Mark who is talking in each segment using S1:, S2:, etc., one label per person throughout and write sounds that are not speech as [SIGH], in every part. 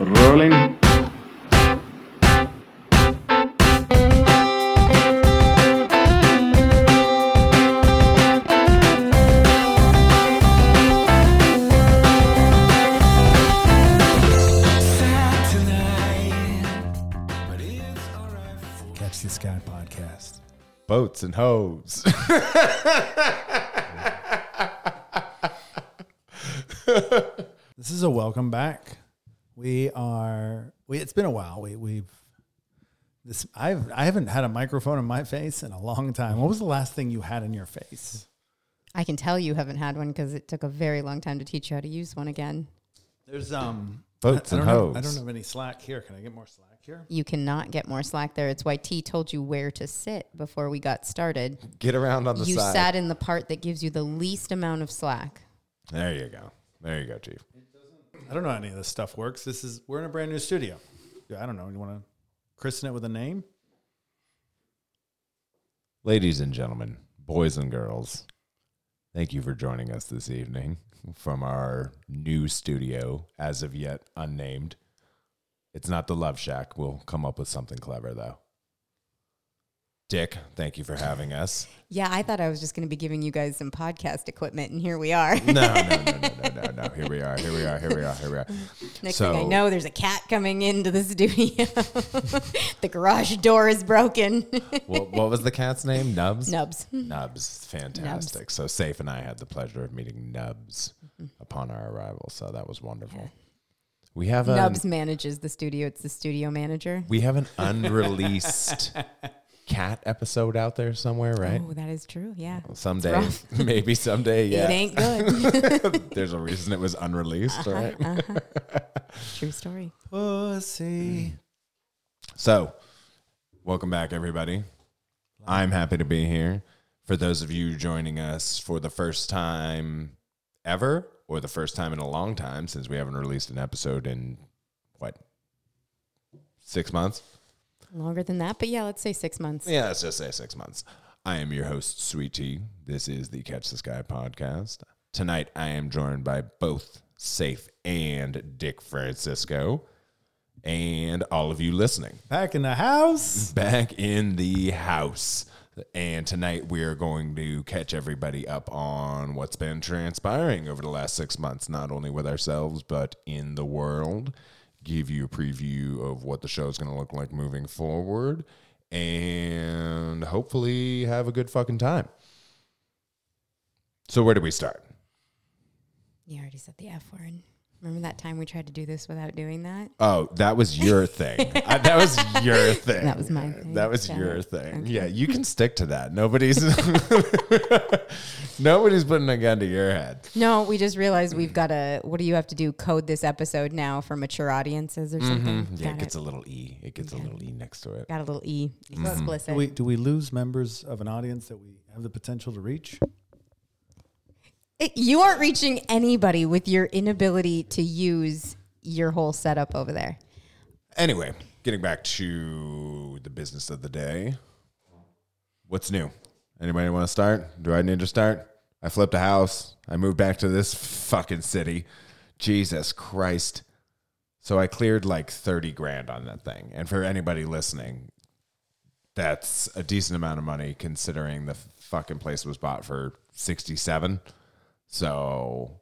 S1: Rolling.
S2: Catch the Sky podcast.
S3: boats and hoes.
S2: This is a welcome back. We are. We, it's been a while. We we've this. I've I haven't had a microphone in my face in a long time. What was the last thing you had in your face?
S4: I can tell you haven't had one because it took a very long time to teach you how to use one again.
S2: There's um
S3: Boats
S2: I, I
S3: and
S2: don't have-
S3: hoes.
S2: I don't have any slack here. Can I get more slack here?
S4: You cannot get more slack there. It's why T told you where to sit before we got started.
S3: Get around on the
S4: You
S3: side.
S4: sat in the part that gives you the least amount of slack.
S3: there you go. There you go, Chief.
S2: I don't know how any of this stuff works. This is we're in a brand new studio. Yeah, I don't know. You want to christen it with a name?
S3: Ladies and gentlemen, boys and girls, thank you for joining us this evening from our new studio, as of yet unnamed. It's not the Love Shack. We'll come up with something clever, though. Dick, thank you for having us.
S4: Yeah, I thought I was just going to be giving you guys some podcast equipment, and here
S3: [LAUGHS]
S4: we are.
S3: No, no, no, no, no, no, no. Here we are. Here we are. Here we are. Here we are.
S4: Next
S3: so,
S4: thing I know, there's a cat coming into the studio. [LAUGHS] the garage door is broken. [LAUGHS]
S3: What, what was the cat's name? Nubs?
S4: Nubs.
S3: Nubs, fantastic. So Safe and I had the pleasure of meeting Nubs
S4: Mm-hmm.
S3: upon our arrival, so that was wonderful. We have um, a
S4: Nubs manages the studio. It's the studio manager.
S3: we have an
S4: [LAUGHS]
S3: unreleased cat episode out there somewhere, right?
S4: Oh, that is true. Yeah.
S3: someday,
S4: rough.
S3: [LAUGHS] maybe someday,
S4: It
S3: yeah. [LAUGHS]
S4: ain't good.
S3: There's a reason it was unreleased,
S4: Uh-huh.
S3: right?
S4: true story.
S2: Pussy.
S3: So, welcome back, everybody. I'm happy to be here. For those of you joining us for the first time ever, or the first time in a long time, since we haven't released an episode in what, six months?
S4: Longer than that, but yeah, let's say six months.
S3: Yeah, let's just say six months. I am your host, Sweet Tea. This is the Catch the Sky podcast. Tonight, I am joined by both Safe and Dick Francisco, and all of you listening.
S2: Back in the house.
S3: back in the house. And tonight we are going to catch everybody up on what's been transpiring over the last six months, not only with ourselves, but in the world. Give you a preview of what the show is going to look like moving forward and hopefully have a good fucking time. So, where do we start?
S4: You already said the F word. Remember that time we tried to do this without doing that?
S3: Oh, that was your thing.
S4: [LAUGHS]
S3: I, that was your thing.
S4: That was my thing.
S3: That was
S4: Yeah.
S3: your thing. Yeah, you can stick to that.
S4: [LAUGHS]
S3: Nobody's [LAUGHS] nobody's putting a gun to your head.
S4: No, we just realized we've got to. What do you have to do? Code this episode now for mature audiences or something.
S3: Mm-hmm. Yeah, it
S4: got,
S3: gets a little e. It gets a little e next to it.
S4: got a little e
S3: Mm-hmm.
S4: explicit.
S2: Do we, do we lose members of an audience that we have the potential to reach?
S4: It- you aren't reaching anybody with your inability to use your whole setup over there.
S3: Anyway, getting back to the business of the day. What's new? Anybody want to start? Do I need to start? I flipped a house. I moved back to this fucking city. Jesus Christ. So I cleared like 30 grand on that thing. And for anybody listening, that's a decent amount of money considering the fucking place was bought for 67. So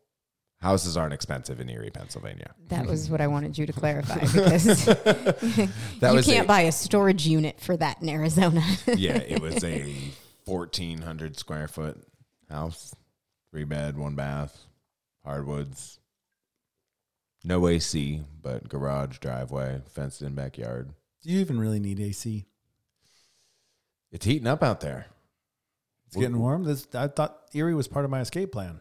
S3: houses aren't expensive in Erie, Pennsylvania.
S4: That was what I wanted you to clarify
S3: [LAUGHS]
S4: because
S3: That
S4: you
S3: was
S4: can't
S3: a-
S4: buy a storage unit for that in Arizona. [LAUGHS]
S3: yeah, it was a fourteen hundred square foot house, three bed, one bath, hardwoods, no AC, but garage, driveway, fenced in backyard.
S2: Do you even really need AC?
S3: It's heating up out there.
S2: It's getting warm. This I thought Erie was part of my escape plan.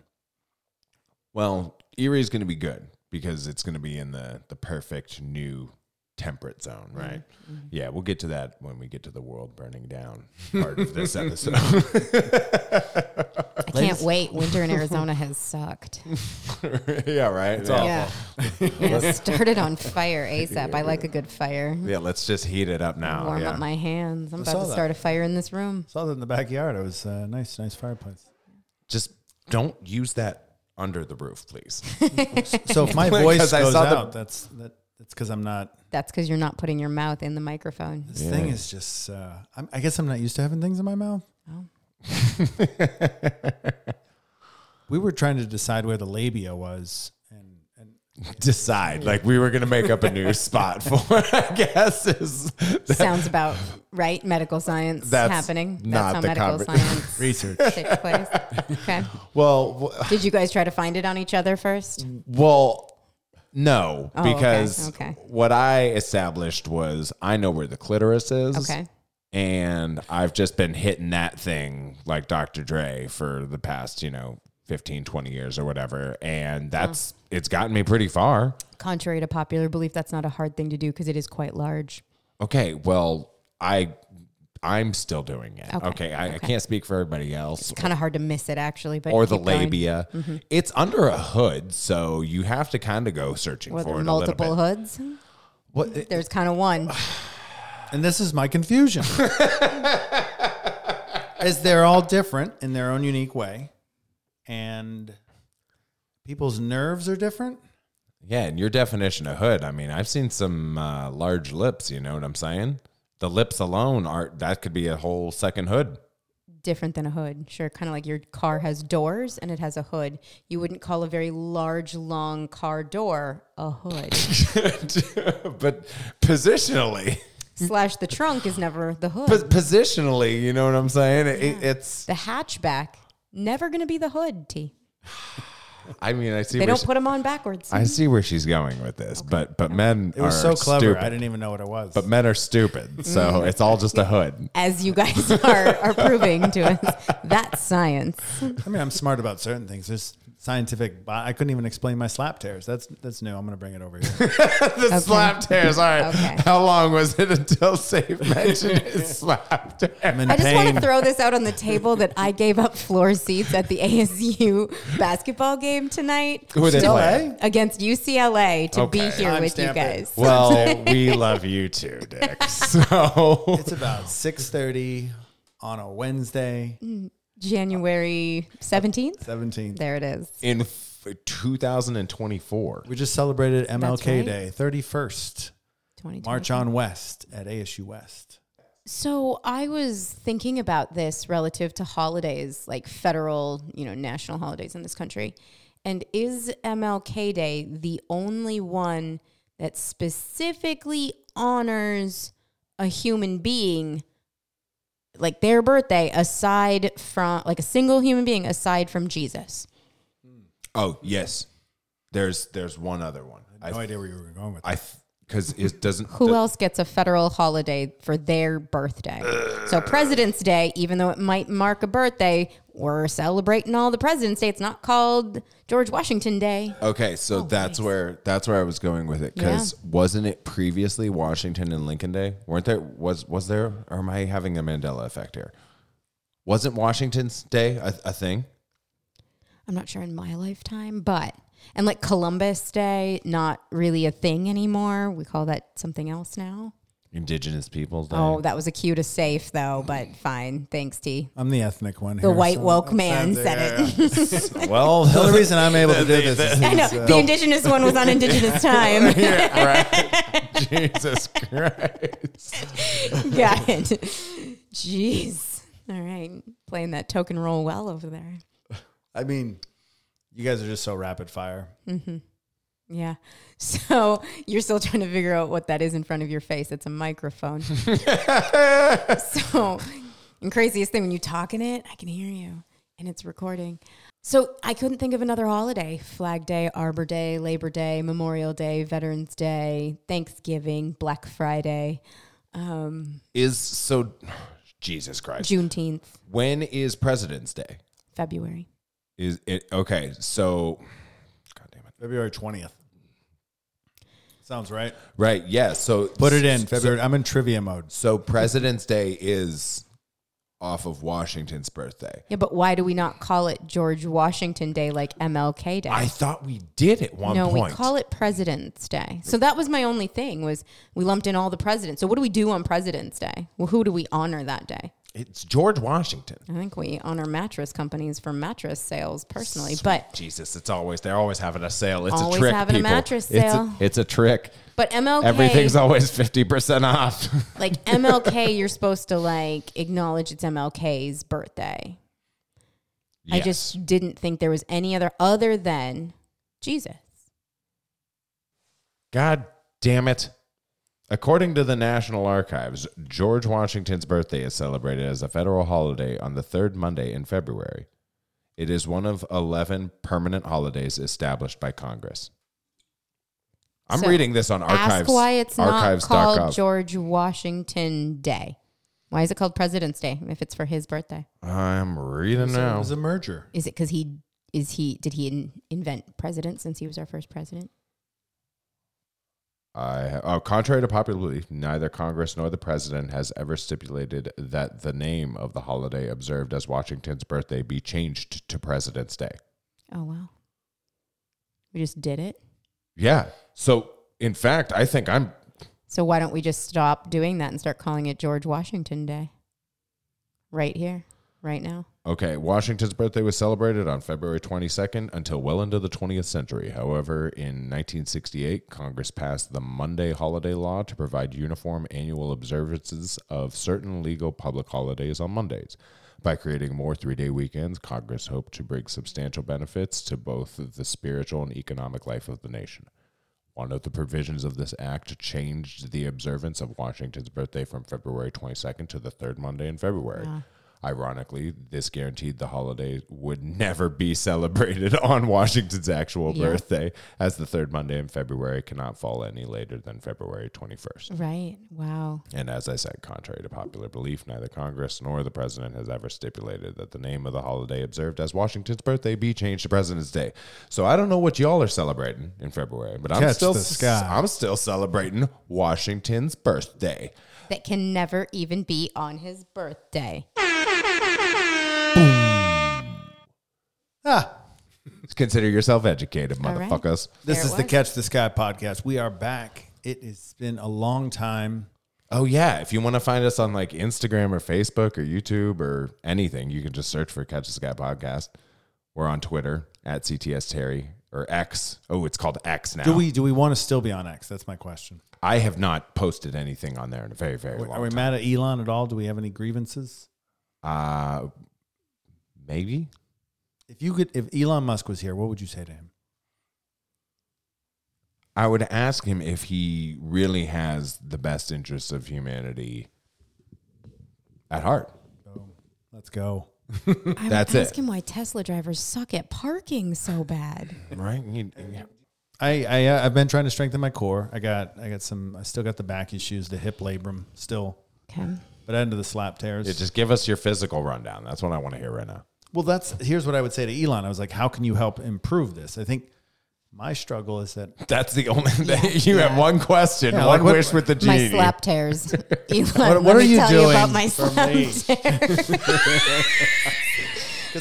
S3: Well, Erie's going to be good because it's going to be in the the perfect new temperate zone,
S4: Mm-hmm.
S3: right? Yeah, we'll get to that when we get to the world burning down part of
S4: [LAUGHS]
S3: this episode. [LAUGHS]
S4: I can't wait. Winter in Arizona has sucked.
S3: yeah, right. yeah.
S4: Yeah.
S3: [LAUGHS]
S4: yeah, started on fire ASAP. I like a good fire.
S3: Yeah, let's just heat it up now.
S4: Warm
S3: yeah.
S4: up my hands. I'm
S2: I
S4: about
S2: saw
S4: to
S2: that.
S4: start a fire in this room.
S2: Saw that in the backyard. It was a nice, nice fireplace.
S3: just don't use that under the roof, please. [LAUGHS]
S2: So if my
S3: 'Cause
S2: voice
S3: I
S2: goes
S3: saw the-
S2: out, that's that That's because I'm not.
S4: That's because you're not putting your mouth in
S3: [LAUGHS]
S4: the microphone.
S2: This thing is just. Uh, I'm, I guess I'm not used to having things in my mouth.
S4: Oh.
S2: [LAUGHS] We were trying to decide where the labia was, and and
S3: Decide. Like we were gonna make up a new spot for. I guess is
S4: Sounds about right. Medical science
S3: That's
S4: happening.
S3: not
S4: That's
S3: the
S4: how medical
S3: conver- [LAUGHS]
S4: science
S2: research.
S4: takes place. Okay.
S3: well. w-
S4: Did you guys try to find it on each other first?
S3: Mm. Well, no,
S4: Oh, okay,
S3: because
S4: okay.
S3: what I established was I know where the clitoris is.
S4: Okay.
S3: And I've just been hitting that thing like Dr. Dre for the past, you know, 15, 20 years or whatever. And that's,
S4: Oh.
S3: it's gotten me pretty far.
S4: Contrary to popular belief, that's not a hard thing to do because it is quite large.
S3: Okay. Well, I, I'm still doing it. Okay. I, I can't speak for everybody else.
S4: Kind of hard to miss it actually, but
S3: Or the
S4: keep going. Mm-hmm.
S3: labia. It's under a hood, so you have to kind of go searching
S4: Or the
S3: for it a
S4: multiple
S3: little bit.
S4: hoods.
S2: What?
S4: There's kind of one.
S2: And this is my confusion. As they're all different in their own unique way, and people's nerves are different.
S3: Yeah, and your definition of hood. I mean, I've seen some uh, large lips. You know what I'm saying? The lips alone are that could be a whole second hood. [LAUGHS]
S4: different than a hood. Sure, kind of like your car has doors and it has a hood. You wouldn't call a very large, long car door
S3: [LAUGHS]
S4: a hood.
S3: but positionally, [LAUGHS]
S4: Slash, the trunk is never the hood.
S3: pos- positionally, you know what I'm saying? It, it's.
S4: the hatchback never going to be the hood. T.
S3: I mean, I see.
S4: They
S3: Where
S4: don't
S3: she-
S4: put them on backwards.
S3: I see where she's going with this, but but men
S2: It was
S3: are
S2: so clever.
S3: Stupid.
S2: I didn't even know what it was.
S3: but men are [LAUGHS] stupid, so it's all just a hood.
S4: as you guys [LAUGHS] are, are proving to us, that's science.
S2: I mean, I'm smart about certain things. There's scientific. bi- I couldn't even explain my slap tears. That's that's new. I'm gonna bring it over here.
S3: [LAUGHS] the slap tears. All right.
S4: Okay.
S3: How long was it until [LAUGHS] Safe mentioned his slap tear?
S4: [LAUGHS]
S2: I'm in
S4: I just want
S2: pain.
S4: to throw this out on the table that I gave up floor seats at the [LAUGHS] ASU basketball game tonight
S3: Who are they
S2: Still
S3: playing?
S2: A?
S4: against UCLA to be
S3: Okay.
S4: here with
S2: Timestamp it.
S4: you guys.
S3: [LAUGHS] Well, we love you too, [LAUGHS] Dick. So
S2: It's about six thirty on a Wednesday,
S4: January 17th.
S2: seventeenth.
S4: There it is.
S3: in f- 2024,
S2: We just celebrated MLK
S4: right.
S2: Day, thirty first.
S4: 2020.
S2: March on West at ASU West.
S4: So I was thinking about this relative to holidays, like federal, you know, national holidays in this country. And is MLK Day the only one that specifically honors a human being, like their birthday, aside from, like a single human being aside from Jesus?
S3: oh yes, there's there's one other one.
S2: No
S3: I
S2: idea where you were going with that.
S3: I because it doesn't.
S4: Who else gets a federal holiday for their birthday? so President's Day, even though it might mark a birthday, we're celebrating all the President's Day. It's not called George Washington Day.
S3: Okay,
S4: Oh,
S3: so that's where that's where I was going with it because wasn't it previously Washington and Lincoln Day? Weren't there was was there or am I having a Mandela effect here? Wasn't Washington's Day a, a thing?
S4: I'm not sure in my lifetime, but and like Columbus Day, not really a thing anymore. We call that something else now.
S3: Indigenous Peoples Day.
S4: Oh, that was a cue to safe though, but fine. Thanks, T.
S2: I'm the ethnic one.
S4: The white woke man [LAUGHS] said it.
S3: well,
S2: The only reason I'm able to do this is uh,
S4: I know the indigenous one was on indigenous time. [LAUGHS]
S3: Jesus Christ.
S4: Got it. Jeez. All right. Playing that token roll well over there.
S2: I mean, you guys are just so rapid fire.
S4: Yeah. [LAUGHS] So you're still trying to figure out what that is in front of your face. It's a microphone. so, and craziest thing, when you talk in it, I can hear you and it's recording. So I couldn't think of another holiday Flag Day, Arbor Day, Labor Day, Memorial Day, Veterans Day, Thanksgiving, Black Friday, um,
S3: Is so Jesus Christ.
S4: Juneteenth,
S3: When is President's Day?
S4: February.
S3: Is it okay? So, God damn it.
S2: February 20th. Sounds right.
S3: Right. Yeah. So
S2: Put it in
S3: so-
S2: February. I'm in trivia mode.
S3: So, President's Day is off of Washington's birthday.
S4: Yeah, but why do we not call it George Washington Day like MLK Day?
S3: I thought we did at one
S4: no,
S3: point.
S4: we call it President's Day. So that was my only thing was we lumped in all the presidents. So what do we do on President's Day? Well, who do we honor that day?
S3: it's George Washington.
S4: I think we honor mattress companies for mattress sales personally, but
S3: Jesus, it's always they're always having a sale. It's
S4: Always
S3: a trick.
S4: having a
S3: people.
S4: mattress
S3: It's a-
S4: sale.
S3: It's a, trick.
S4: But MLK,
S3: Everything's always 50% off. [LAUGHS]
S4: like MLK, [LAUGHS] you're supposed to like acknowledge it's MLK's birthday. I just didn't think there was any other other than Jesus.
S3: God damn it. According to the National Archives, George Washington's birthday is celebrated as a federal holiday on the third Monday in February. It is one of 11 permanent holidays established by Congress. I'm
S4: So,
S3: reading this on archives.
S4: Ask why it's not
S3: archives.gov.
S4: called George Washington Day. Why is it called President's Day if it's for his birthday?
S3: I'm reading
S2: So it
S3: now.
S2: was a merger.
S4: Is it because he is he did he in, invent president since he was our first president?
S3: I, oh, contrary to popular belief, neither Congress nor the president has ever stipulated that the name of the holiday observed as Washington's birthday be changed to President's Day.
S4: Oh wow, we just did it.
S3: Yeah. So, in fact, I think I'm.
S4: So why don't we just stop doing that and start calling it George Washington Day? Right here, right now.
S3: Okay, Washington's birthday was celebrated on February 22nd until well into the 20th century. However, in 1968, Congress passed the Monday holiday law to provide uniform annual observances of certain legal public holidays on Mondays. By creating more three day weekends, Congress hoped to bring substantial benefits to both the spiritual and economic life of the nation. One of the provisions of this act changed the observance of Washington's birthday from February 22nd to the third Monday in February. Ironically, this guaranteed the holiday would never be [LAUGHS] celebrated on Washington's actual
S4: Yeah.
S3: birthday, as the third Monday in February cannot fall any later than February 21st.
S4: Right. Wow.
S3: And as I said, contrary to popular belief, neither Congress nor the president has ever stipulated that the name of the holiday observed as Washington's birthday be changed to President's Day. So I don't know what y'all are celebrating in February, but I'm
S2: Catch
S3: still
S2: the sky.
S3: I'm still celebrating Washington's birthday.
S4: That can never even be on his birthday.
S2: Ah,
S3: Consider yourself educated,
S4: All right.
S3: motherfuckers.
S2: this
S4: There it
S2: is the
S4: was.
S2: Catch the Sky podcast. We are back. It has been a long time.
S3: Oh yeah, if you want to find us on like Instagram or Facebook or YouTube or anything, you can just search for Catch the Sky Podcast. We're on Twitter at CTS Terry or X. Oh, it's called X now.
S2: Do we do we want to still be on X? That's my question.
S3: I have not posted anything on there in a very, very long
S2: Are we
S3: time.
S2: mad at Elon at all? Do we have any grievances?
S3: uh, maybe.
S2: If you could, if Elon Musk was here, what would you say to him?
S3: I would ask him if he really has the best interests of humanity at heart.
S2: Let's go. [LAUGHS]
S4: I would
S3: That's
S4: ask
S3: it.
S4: him why Tesla drivers suck at parking so bad.
S3: Right? You- yeah.
S2: I, I uh, I've been trying to strengthen my core. I got I got some. I still got the back issues, the hip labrum still,
S4: Okay.
S2: but into the slap tears.
S3: Yeah, Just give us your physical rundown. That's what I want to hear right now.
S2: Well, that's here's what I would say to Elon. I was like, how can you help improve this? I think my struggle is that
S3: That's the only thing. [LAUGHS] You have one question,
S2: Yeah,
S3: one
S2: like, what-
S3: wish with the
S4: My
S3: genie.
S4: slap
S2: [LAUGHS]
S4: tears. Elon,
S2: What- what
S4: let
S2: are
S4: me
S2: you
S4: tell you about
S2: doing
S4: my
S2: for
S4: slap
S2: me? [LAUGHS]
S4: tears.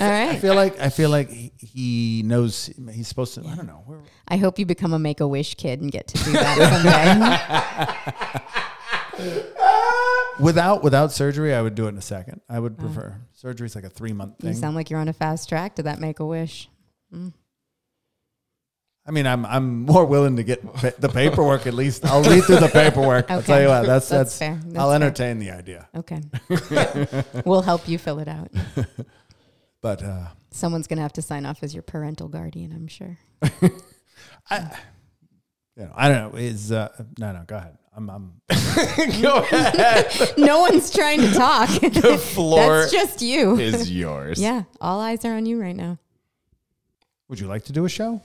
S4: All
S2: I
S4: right.
S2: feel like I feel like he, he knows he's supposed to. I don't know. We're,
S4: I hope you become a make a wish kid and get to
S3: [LAUGHS]
S4: do that someday.
S2: without without surgery, I would do it in a second. I would prefer surgery's like a three month
S4: you
S2: thing.
S4: sound like you're on a fast track to that make a wish.
S2: I mean, I'm I'm more willing to get pa- the paperwork at least. I'll read through
S4: [LAUGHS]
S2: the paperwork. I'll
S4: Okay.
S2: tell you what. That's that's.
S4: That's fair. That's
S2: I'll
S4: fair.
S2: entertain the idea,
S3: [LAUGHS]
S4: Okay. we'll help you fill it out.
S2: but uh,
S4: Someone's going to have to sign off as your parental guardian, I'm sure. [LAUGHS]
S2: you know, I don't know. Is uh, no no. Go ahead. I'm I'm.
S3: [LAUGHS]
S2: [LAUGHS]
S3: Go
S4: [LAUGHS]
S3: ahead.
S4: No one's trying to talk.
S3: [LAUGHS] The floor
S4: That's just you.
S3: is yours.
S4: Yeah. All eyes are on you right now.
S2: Would you like to do a show?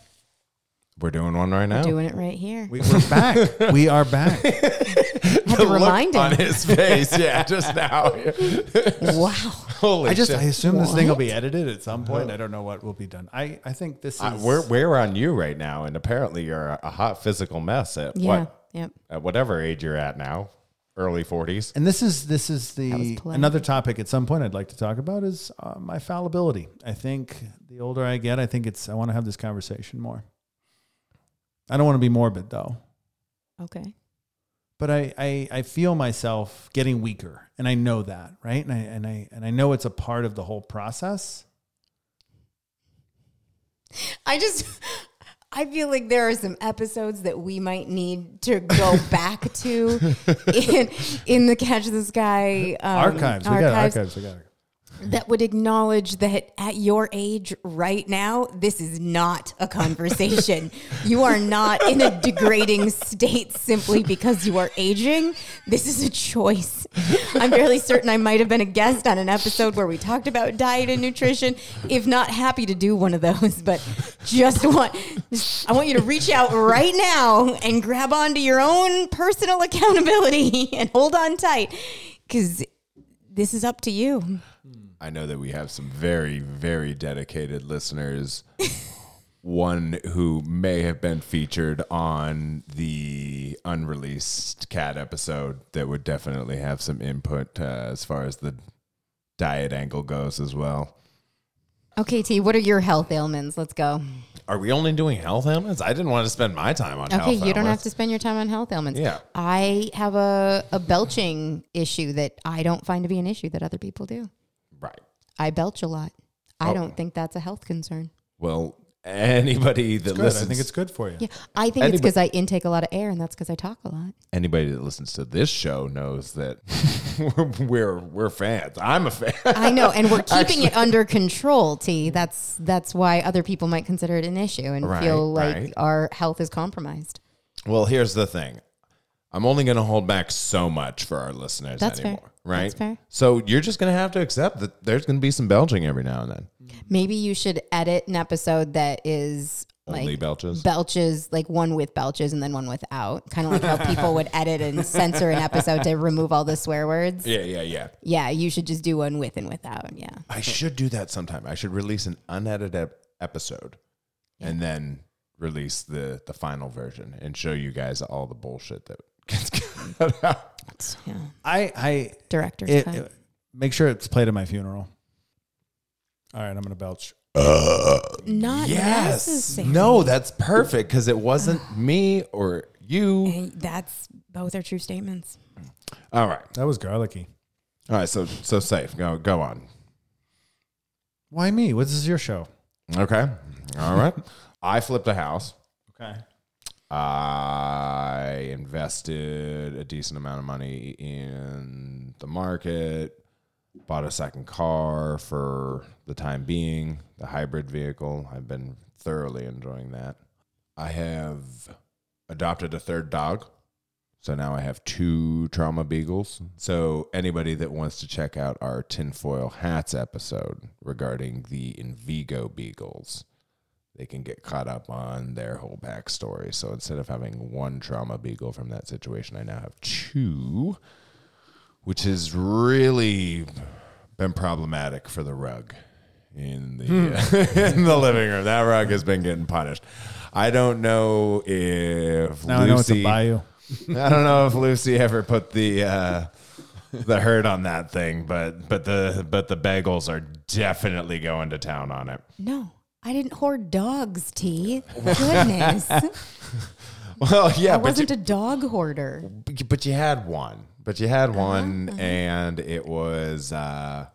S3: We're doing one right now. [LAUGHS]
S4: Doing it right here.
S2: We, we're back. we are back.
S4: Had
S3: The
S4: to
S3: look
S4: remind
S3: on
S4: him.
S3: his face. Yeah, just now.
S4: [LAUGHS] Wow.
S3: Holy
S2: I just
S3: shit.
S2: I assume this thing will be edited at some point. I don't know what will be done. I I think this is.
S3: I, we're we're on you right now, and apparently you're a, a hot physical mess at
S4: Yeah.
S3: what
S4: Yep.
S3: at whatever age you're at now, early forties.
S2: and this is this is
S4: was
S2: the
S4: polite.
S2: another topic at some point I'd like to talk about is uh, my fallibility. I think the older I get, I think it's I want to have this conversation more. I don't want to be morbid though,
S4: Okay.
S2: but I, I I feel myself getting weaker, and I know that right, and I and I and I know it's a part of the whole process.
S4: I just I feel like there are some episodes that we might need to go
S2: [LAUGHS]
S4: back to in, in the Catch the Sky um,
S2: archives. We got archives. We got archives.
S4: that would acknowledge that at your age right now, this is not a conversation. you are not in a degrading state simply because you are aging. This is a choice. I'm fairly certain I might have been a guest on an episode where we talked about diet and nutrition. If not, happy to do one of those, but just want I want you to reach out right now and grab onto your own personal accountability and hold on tight cuz this is up to you.
S3: I know that we have some very, very dedicated listeners. [LAUGHS] One who may have been featured on the unreleased cat episode that would definitely have some input uh, as far as the diet angle goes as well.
S4: Okay, T, what are your health ailments? Let's go.
S3: Are we only doing health ailments? I didn't want to spend my time on health
S4: Okay, you don't have
S3: ailments.
S4: to spend your time on health ailments.
S3: Yeah.
S4: I have a, a belching issue that I don't find to be an issue that other people do.
S3: Right.
S4: I belch a lot. I
S3: Oh.
S4: don't think that's a health concern.
S3: Well, anybody that
S2: Good. I
S3: listens,
S2: think it's good for you.
S4: Yeah. I think it's because I intake a lot of air and that's because I talk a lot.
S3: anybody that listens to this show knows that [LAUGHS] we're we're fans. I'm a fan. [LAUGHS]
S4: I know. And we're keeping it under control, T. That's that's why other people might consider it an issue and
S3: Right,
S4: feel like
S3: right.
S4: our health is compromised.
S3: Well, here's the thing. I'm only going to hold back so much for our listeners
S4: That's fair.
S3: anymore, right?
S4: That's fair.
S3: So you're just going to have to accept that there's going to be some belching every now and then.
S4: Maybe you should edit an episode that is like
S3: Only belches.
S4: belches, like one with belches and then one without. Kind of like how people [LAUGHS] would edit and censor an episode to remove all the swear words.
S3: yeah, yeah, yeah.
S4: Yeah, you should just do one with and without. Yeah.
S3: I should do that sometime. I should release an unedited ep- episode and then release the the final version and show you guys all the bullshit that [LAUGHS] gets cut out.
S4: It's, yeah.
S2: I, I
S4: Director's
S2: it,
S4: cut.
S2: it- make sure it's played at my funeral. All right, I'm gonna belch.
S4: Not
S3: Yes.
S4: necessary.
S3: No, that's perfect because it wasn't me or you.
S4: And Eh, That's both are true statements.
S3: All right.
S2: That was garlicky.
S3: All right, so so safe. Go go on.
S2: Why me? What this is your show?
S3: Okay. All right. I flipped a house.
S2: Okay.
S3: I invested a decent amount of money in the market, bought a second car for the time being, the hybrid vehicle. I've been thoroughly enjoying that. I have adopted a third dog. So now I have two trauma beagles. So anybody that wants to check out our tinfoil hats episode regarding the Invigo beagles, they can get caught up on their whole backstory. So instead of having one trauma beagle from that situation, I now have two, which has really been problematic for the rug in the
S2: Hmm.
S3: [LAUGHS] in the living room. That rug has been getting punished. I don't know if
S2: Now I
S3: Lucy
S2: know what to buy you.
S3: [LAUGHS] I don't know if Lucy ever put the uh, the hurt on that thing, but but the but the bagels are definitely going to town on it.
S4: No, I didn't hoard dogs, T. Goodness.
S3: Well, yeah,
S4: I
S3: but you,
S4: wasn't a dog hoarder.
S3: but you had one, but you
S4: Uh-huh,
S3: had one, and it was uh,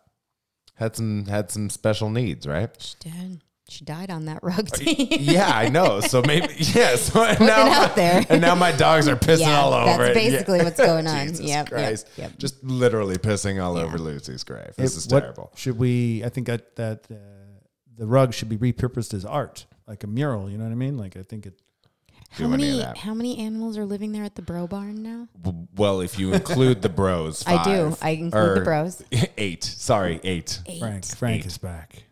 S3: had some had some special needs, right?
S4: [LAUGHS] She did. She died on that rug, T.
S3: Yeah, I know. So maybe [LAUGHS] yeah. So and
S4: Putting
S3: now
S4: it out there.
S3: and now my dogs are pissing
S4: Yeah,
S3: all over
S4: that's
S3: it. Yeah.
S4: basically what's
S3: [LAUGHS]
S4: going on.
S3: Jesus
S4: Yep, yep,
S3: Christ.
S4: yep.
S3: Just literally pissing all over Lucy's grave. This
S2: It-
S3: is
S2: what
S3: terrible.
S2: Should we? I think that that uh, the rug should be repurposed as art, like a mural. You know what I mean? Like I think it.
S4: How
S3: do any of
S4: many
S3: that.
S4: how many animals are living there at the bro barn now?
S3: W- Well, if you include the bros,
S4: I do.
S3: five.
S4: I include the
S3: Or
S4: bros.
S3: [LAUGHS] Eight. Sorry, eight.
S4: Eight.
S2: Frank. Frank is back.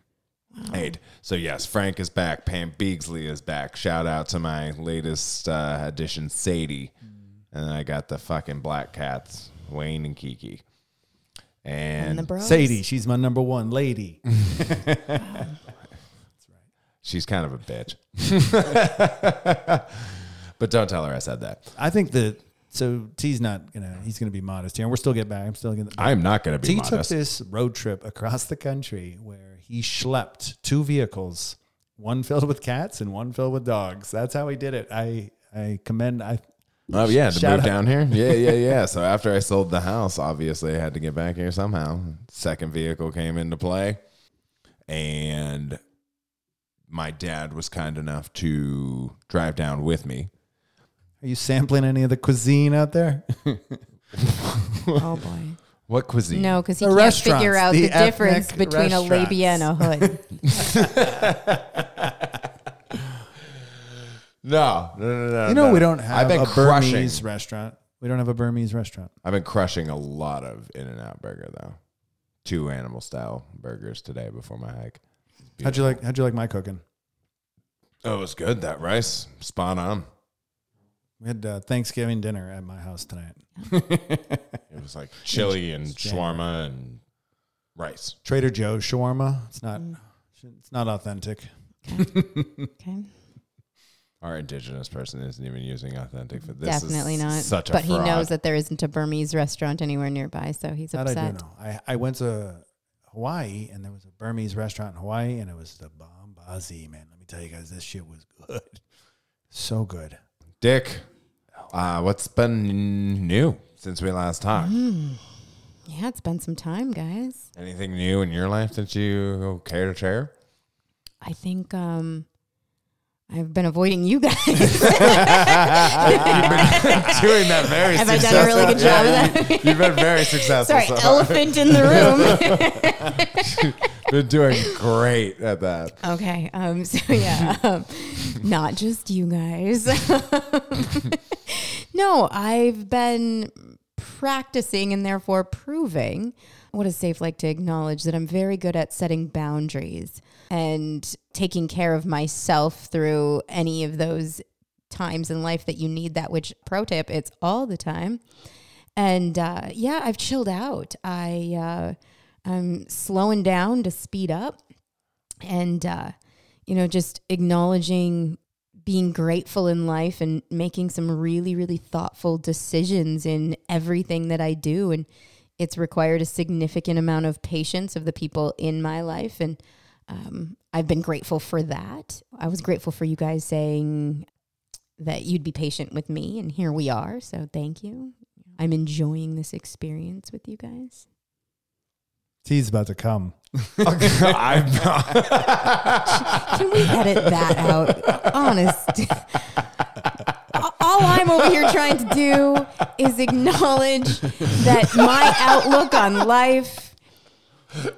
S3: Eight. So yes, Frank is back. Pam Beagsley is back. Shout out to my latest uh, addition, Sadie. And then I got the fucking black cats, Wayne and Kiki. And,
S4: And the bros.
S2: Sadie, she's my number one
S3: [LAUGHS]
S2: lady.
S3: she's kind of a bitch. [LAUGHS] but don't tell her I said that.
S2: I think that. So T's not gonna. He's gonna be modest here. And we're still getting back. I'm still gonna.
S3: I am not going to be
S2: T took
S3: modest.
S2: this road trip across the country where he schlepped two vehicles, one filled with cats and one filled with dogs. That's how he did it. I I commend. I
S3: Oh yeah, to
S2: Shout
S3: move
S2: out. [LAUGHS]
S3: down here. Yeah, yeah, yeah. so after I sold the house, obviously I had to get back here somehow. Second vehicle came into play, and my dad was kind enough to drive down with me.
S2: Are you sampling any of the cuisine out
S3: [LAUGHS]
S2: there?
S4: Oh boy.
S3: What cuisine?
S4: No, because he
S2: The
S4: can't
S2: restaurants,
S4: figure out
S2: the
S4: the, difference
S2: ethnic
S4: between a labia and a hood.
S3: [LAUGHS] no, no, no, no.
S2: You know,
S3: Uh, no.
S2: we don't have
S3: I've been
S2: a
S3: crushing.
S2: Burmese restaurant. We don't have a Burmese restaurant.
S3: I've been crushing a lot of In and Out Burger though. Two animal style burgers today before my hike.
S2: How'd you like? How'd you like my cooking?
S3: Oh, it was good that rice, spot on.
S2: We had uh, Thanksgiving dinner at my house tonight.
S3: It was like chili and shawarma and rice.
S2: Trader Joe's shawarma. It's not. It's not authentic.
S4: Okay.
S3: Our indigenous person isn't even using authentic for this.
S4: Definitely
S3: is
S4: not.
S3: Such a
S4: but
S3: fraud.
S4: he knows that there isn't a Burmese restaurant anywhere nearby, so he's
S2: That I do
S4: upset.
S2: know. I, I went to Hawaii and there was a Burmese restaurant in Hawaii and it was the Bombazi, man. Let me tell you guys, this shit was good. [LAUGHS] So good.
S3: Dick, uh, what's been new since we last talked?
S4: Mm-hmm. Yeah, it's been some time, guys.
S3: Anything new in your life that you care to
S4: [LAUGHS]
S3: share? [LAUGHS]
S4: I think um I've been avoiding you guys. Have
S3: Doing that very
S4: I done a really good job of that?
S3: [LAUGHS] You've been very successful.
S4: Sorry,
S3: so far. [LAUGHS]
S4: elephant in the room.
S3: been doing great at
S4: [LAUGHS]
S3: that.
S4: Okay. Um, so yeah, um, not just you guys. [LAUGHS] no, I've been practicing and therefore proving what is safe like to acknowledge that I'm very good at setting boundaries and taking care of myself through any of those times in life that you need that. Which pro tip, it's all the time. And uh, yeah, I've chilled out. I uh, I'm slowing down to speed up and uh, you know just acknowledging being grateful in life and making some really really thoughtful decisions in everything that i do and it's required a significant amount of patience of the people in my life and um, i've been grateful for that i was grateful for you guys saying that you'd be patient with me and here we are so thank you i'm enjoying this experience with you guys
S2: Tea's about to come.
S4: Can we edit that out? Honest. All I'm over here trying to do is acknowledge that my outlook on life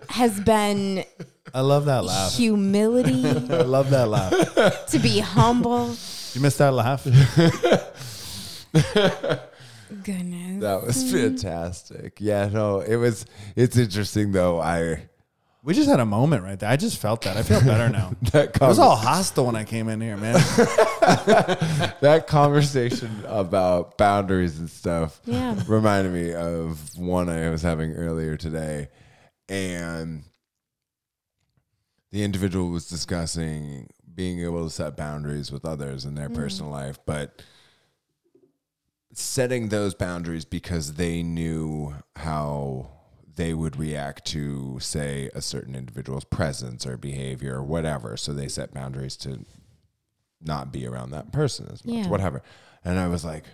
S4: has been
S2: I love that laugh.
S4: [LAUGHS] humility,
S2: I love that laugh.
S4: to be humble.
S2: You missed that laugh?
S4: Goodness.
S3: That was fantastic. Yeah, no, it was. It's interesting though. I
S2: We just had a moment right there. I just felt that. I feel better now.
S3: that
S2: I was
S3: conversation,
S2: all hostile when I came in here, man.
S3: that conversation about boundaries and stuff
S4: Yeah.
S3: reminded me of one I was having earlier today, and the individual was discussing being able to set boundaries with others in their personal life, but setting those boundaries because they knew how they would react to, say, a certain individual's presence or behavior or whatever. So they set boundaries to not be around that person as much,
S4: Yeah.
S3: whatever. And I was like,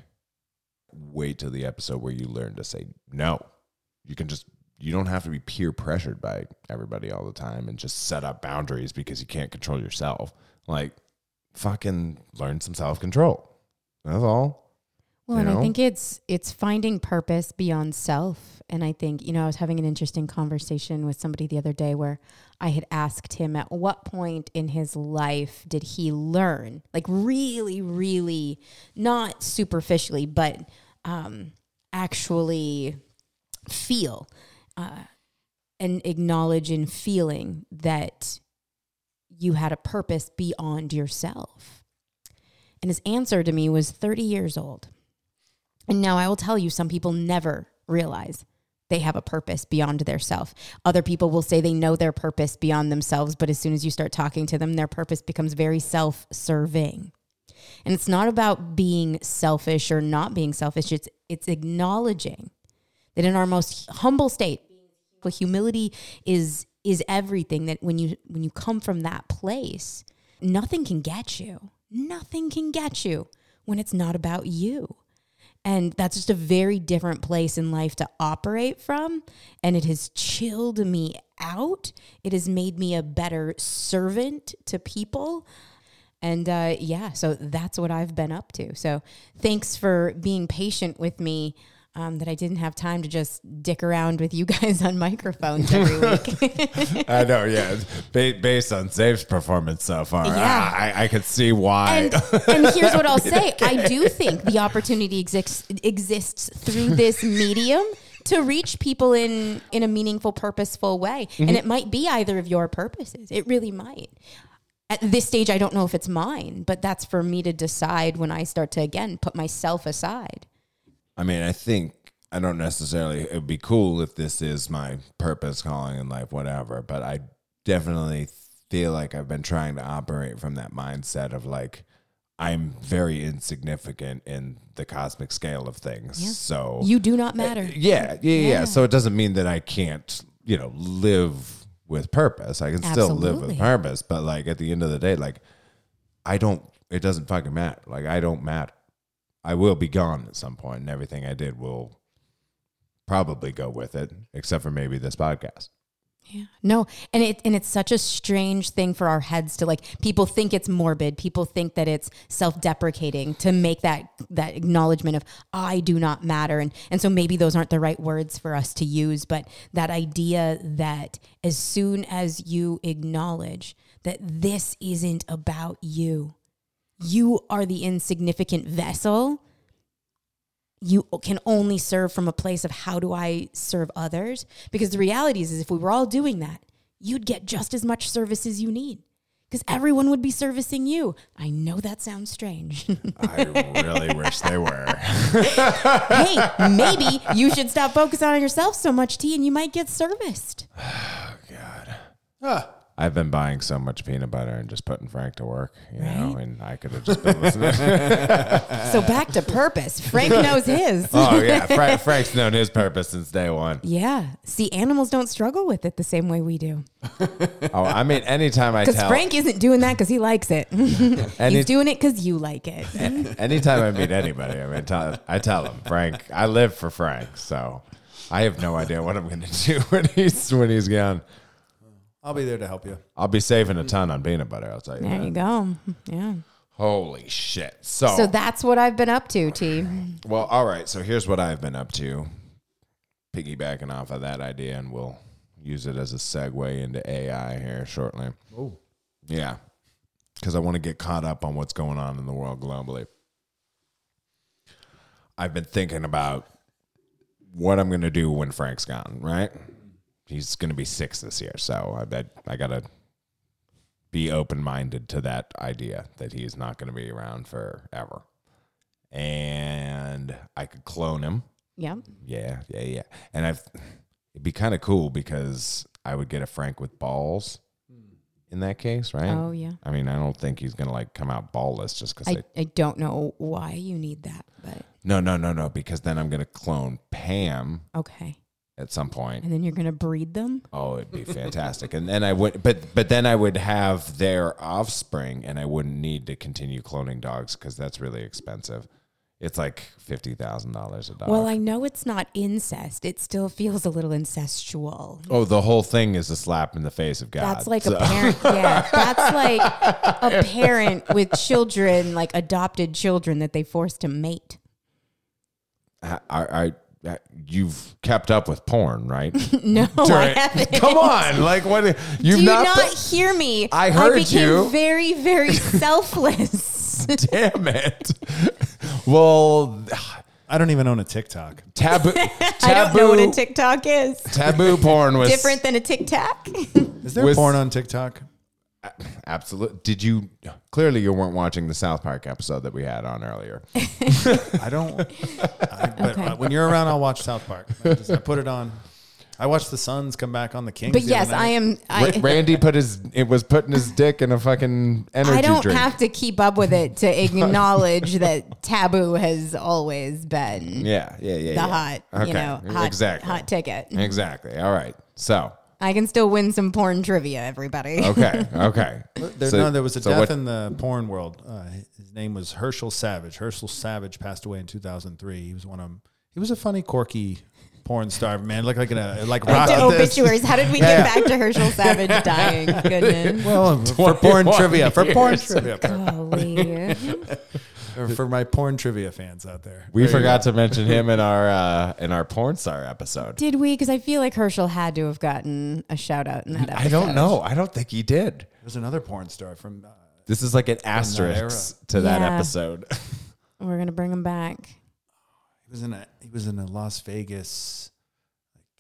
S3: wait till the episode where you learn to say no. You can just you don't have to be peer pressured by everybody all the time and just set up boundaries because you can't control yourself. Like fucking learn some self control. That's all.
S4: Well,
S3: you
S4: and
S3: know?
S4: I think it's it's finding purpose beyond self. And I think, you know, I was having an interesting conversation with somebody the other day where I had asked him at what point in his life did he learn? Like really, really not superficially, but um actually feel uh, and acknowledge in feeling that you had a purpose beyond yourself. And his answer to me was 30 years old. And now I will tell you, some people never realize they have a purpose beyond their self. Other people will say they know their purpose beyond themselves, but as soon as you start talking to them, their purpose becomes very self serving. And it's not about being selfish or not being selfish, it's, it's acknowledging that in our most humble state, well, humility is is everything that when you when you come from that place nothing can get you nothing can get you when it's not about you And that's just a very different place in life to operate from. And it has chilled me out. It has made me a better servant to people. And uh, yeah, so that's what I've been up to. So thanks for being patient with me. Um, that I didn't have time to just dick around with you [LAUGHS] guys on microphones every week.
S3: I know, yeah. Ba- based on Zave's performance so far,
S4: Yeah.
S3: I, I, I could see why.
S4: and, and here's what I'll say I do think the opportunity exists, exists through this medium to reach people in, in a meaningful, purposeful way. And it might be either of your purposes, it really might. At this stage, I don't know if it's mine, but that's for me to decide when I start to again put myself aside.
S3: I mean, I think I don't necessarily. It would be cool if this is my purpose, calling in life, whatever. But I definitely feel like I've been trying to operate from that mindset of like I'm very insignificant in the cosmic scale of things. So
S4: You do not matter.
S3: yeah, yeah, yeah, So it doesn't mean that I can't, you know, live with purpose. I can still live
S4: Absolutely.
S3: with purpose, but like at the end of the day, like I don't. It doesn't fucking matter. Like I don't matter. I will be gone at some point, and everything I did will probably go with it, except for maybe this podcast.
S4: Yeah. No, and it and it's such a strange thing for our heads to like people think it's morbid. People think that it's self-deprecating to make that that acknowledgement of "Oh, I do not matter and and so maybe those aren't the right words for us to use, but that idea that as soon as you acknowledge that this isn't about you. You are the insignificant vessel you can only serve from a place of how do I serve others? Because the reality is, is if we were all doing that, you'd get just as much service as you need because everyone would be servicing you. I know that sounds strange. [LAUGHS]
S3: I really wish they were. [LAUGHS]
S4: hey, maybe you should stop focusing on yourself so much, T, and you might get serviced.
S3: I've been buying so much peanut butter and just putting Frank to work, you know, and I could have just been listening.
S4: So back to purpose.
S3: [LAUGHS]
S4: Frank knows his.
S3: oh yeah, Frank, Frank's known his purpose since day one.
S4: Yeah. See, animals don't struggle with it the same way we do.
S3: Oh, I mean, anytime
S4: [LAUGHS]
S3: I
S4: Because
S3: tell
S4: Frank isn't doing that because he likes it.
S3: any,
S4: He's doing it because you like it.
S3: [LAUGHS] anytime I meet anybody, I mean, tell, I tell him Frank. I live for Frank, so I have no idea what I'm going to do [LAUGHS] when he's when he's gone.
S2: I'll be there to help you.
S3: I'll be saving a ton on peanut butter. I'll tell you.
S4: There
S3: that.
S4: you go. Yeah.
S3: Holy shit! So,
S4: So that's what I've been up to, T.
S3: well, all right. So here's what I've been up to, piggybacking off of that idea, and we'll use it as a segue into AI here shortly.
S2: Oh,
S3: Yeah. Because I want to get caught up on what's going on in the world globally. I've been thinking about what I'm going to do when Frank's gone, right? He's going to be six this year. So I bet I got to be open minded to that idea that he's not going to be around forever. And I could clone him.
S4: Yep.
S3: Yeah, yeah, yeah. And I've it'd be kind of cool because I would get a Frank with balls in that case, right?
S4: Oh, yeah.
S3: I mean, I don't think he's gonna like come out ballless just because.
S4: I, I don't know why you need that, but
S3: No, no, no, no. Because then I'm gonna clone Pam
S4: okay.
S3: at some point.
S4: And then you're going to breed them?
S3: Oh, it'd be fantastic. and then I would, but but then I would have their offspring, and I wouldn't need to continue cloning dogs because that's really expensive. It's like fifty thousand dollars a dog.
S4: Well, I know it's not incest. It still feels a little incestual.
S3: oh, the whole thing is a slap in the face of God.
S4: That's like
S3: So-
S4: a parent.
S3: [LAUGHS]
S4: Yeah. That's like a parent with children, like adopted children that they forced to mate.
S3: I, I, I you've kept up with porn, right?
S4: [LAUGHS] No,
S3: [LAUGHS]
S4: I
S3: During-
S4: haven't.
S3: Come on, like what? You've
S4: Do you
S3: not.
S4: not, hear me?
S3: I heard
S4: became
S3: you. [LAUGHS]
S4: very, very selfless.
S3: been- damn it. well,
S2: I don't even own a TikTok.
S3: taboo. taboo
S4: [LAUGHS] I don't know what a TikTok is.
S3: taboo porn was
S4: Different than a Tic Tac.
S2: Is there
S3: With-
S2: porn on TikTok?
S3: Absolutely. Did you? Clearly, you weren't watching the South Park episode that we had on earlier.
S2: I
S4: [LAUGHS]
S2: don't. I, but uh, when you're around, I'll watch South Park. I, just, I put it on. I watched the Suns come back on the Kings.
S4: But
S2: the other
S4: yes,
S2: night.
S4: I am.
S3: Ra-
S4: [LAUGHS] I,
S3: Randy put his. It was putting his dick in a fucking energy
S4: I don't
S3: drink.
S4: have to keep up with it
S3: [LAUGHS]
S4: to acknowledge that taboo has always been
S3: yeah, yeah, yeah.
S4: the
S3: yeah.
S4: hot, you know, hot,
S3: exactly.
S4: hot ticket.
S3: Exactly. All right. So
S4: I can still win some porn trivia, everybody. [LAUGHS]
S2: [LAUGHS]
S3: Okay. Okay.
S2: There,
S3: So-
S2: no, there was a
S3: so
S2: death
S3: what-
S2: in the porn world. Uh, his name was Herschel Savage. Herschel Savage passed away in 2003. He was one of he was a funny, quirky porn star man. Looked like an uh, like rock.
S4: to
S2: this.
S4: obituaries. How did we get back to Herschel Savage
S3: [LAUGHS]
S4: dying?
S2: [LAUGHS]
S4: Goodness.
S2: Well, for porn
S3: 21
S2: trivia, for porn
S3: years.
S4: [LAUGHS]
S2: trivia, for,
S4: Golly.
S2: for my porn trivia fans out there.
S3: We forgot to mention him in our uh, in our porn star episode.
S4: Did we? Because I feel like Herschel had to have gotten a shout out in that episode.
S3: I don't know. I don't think he did.
S2: There's another porn star from. Uh,
S3: This is like an asterisk to that
S4: Yeah.
S2: [LAUGHS]
S3: episode.
S4: We're gonna bring him back.
S2: he was in a he was in a Las Vegas like,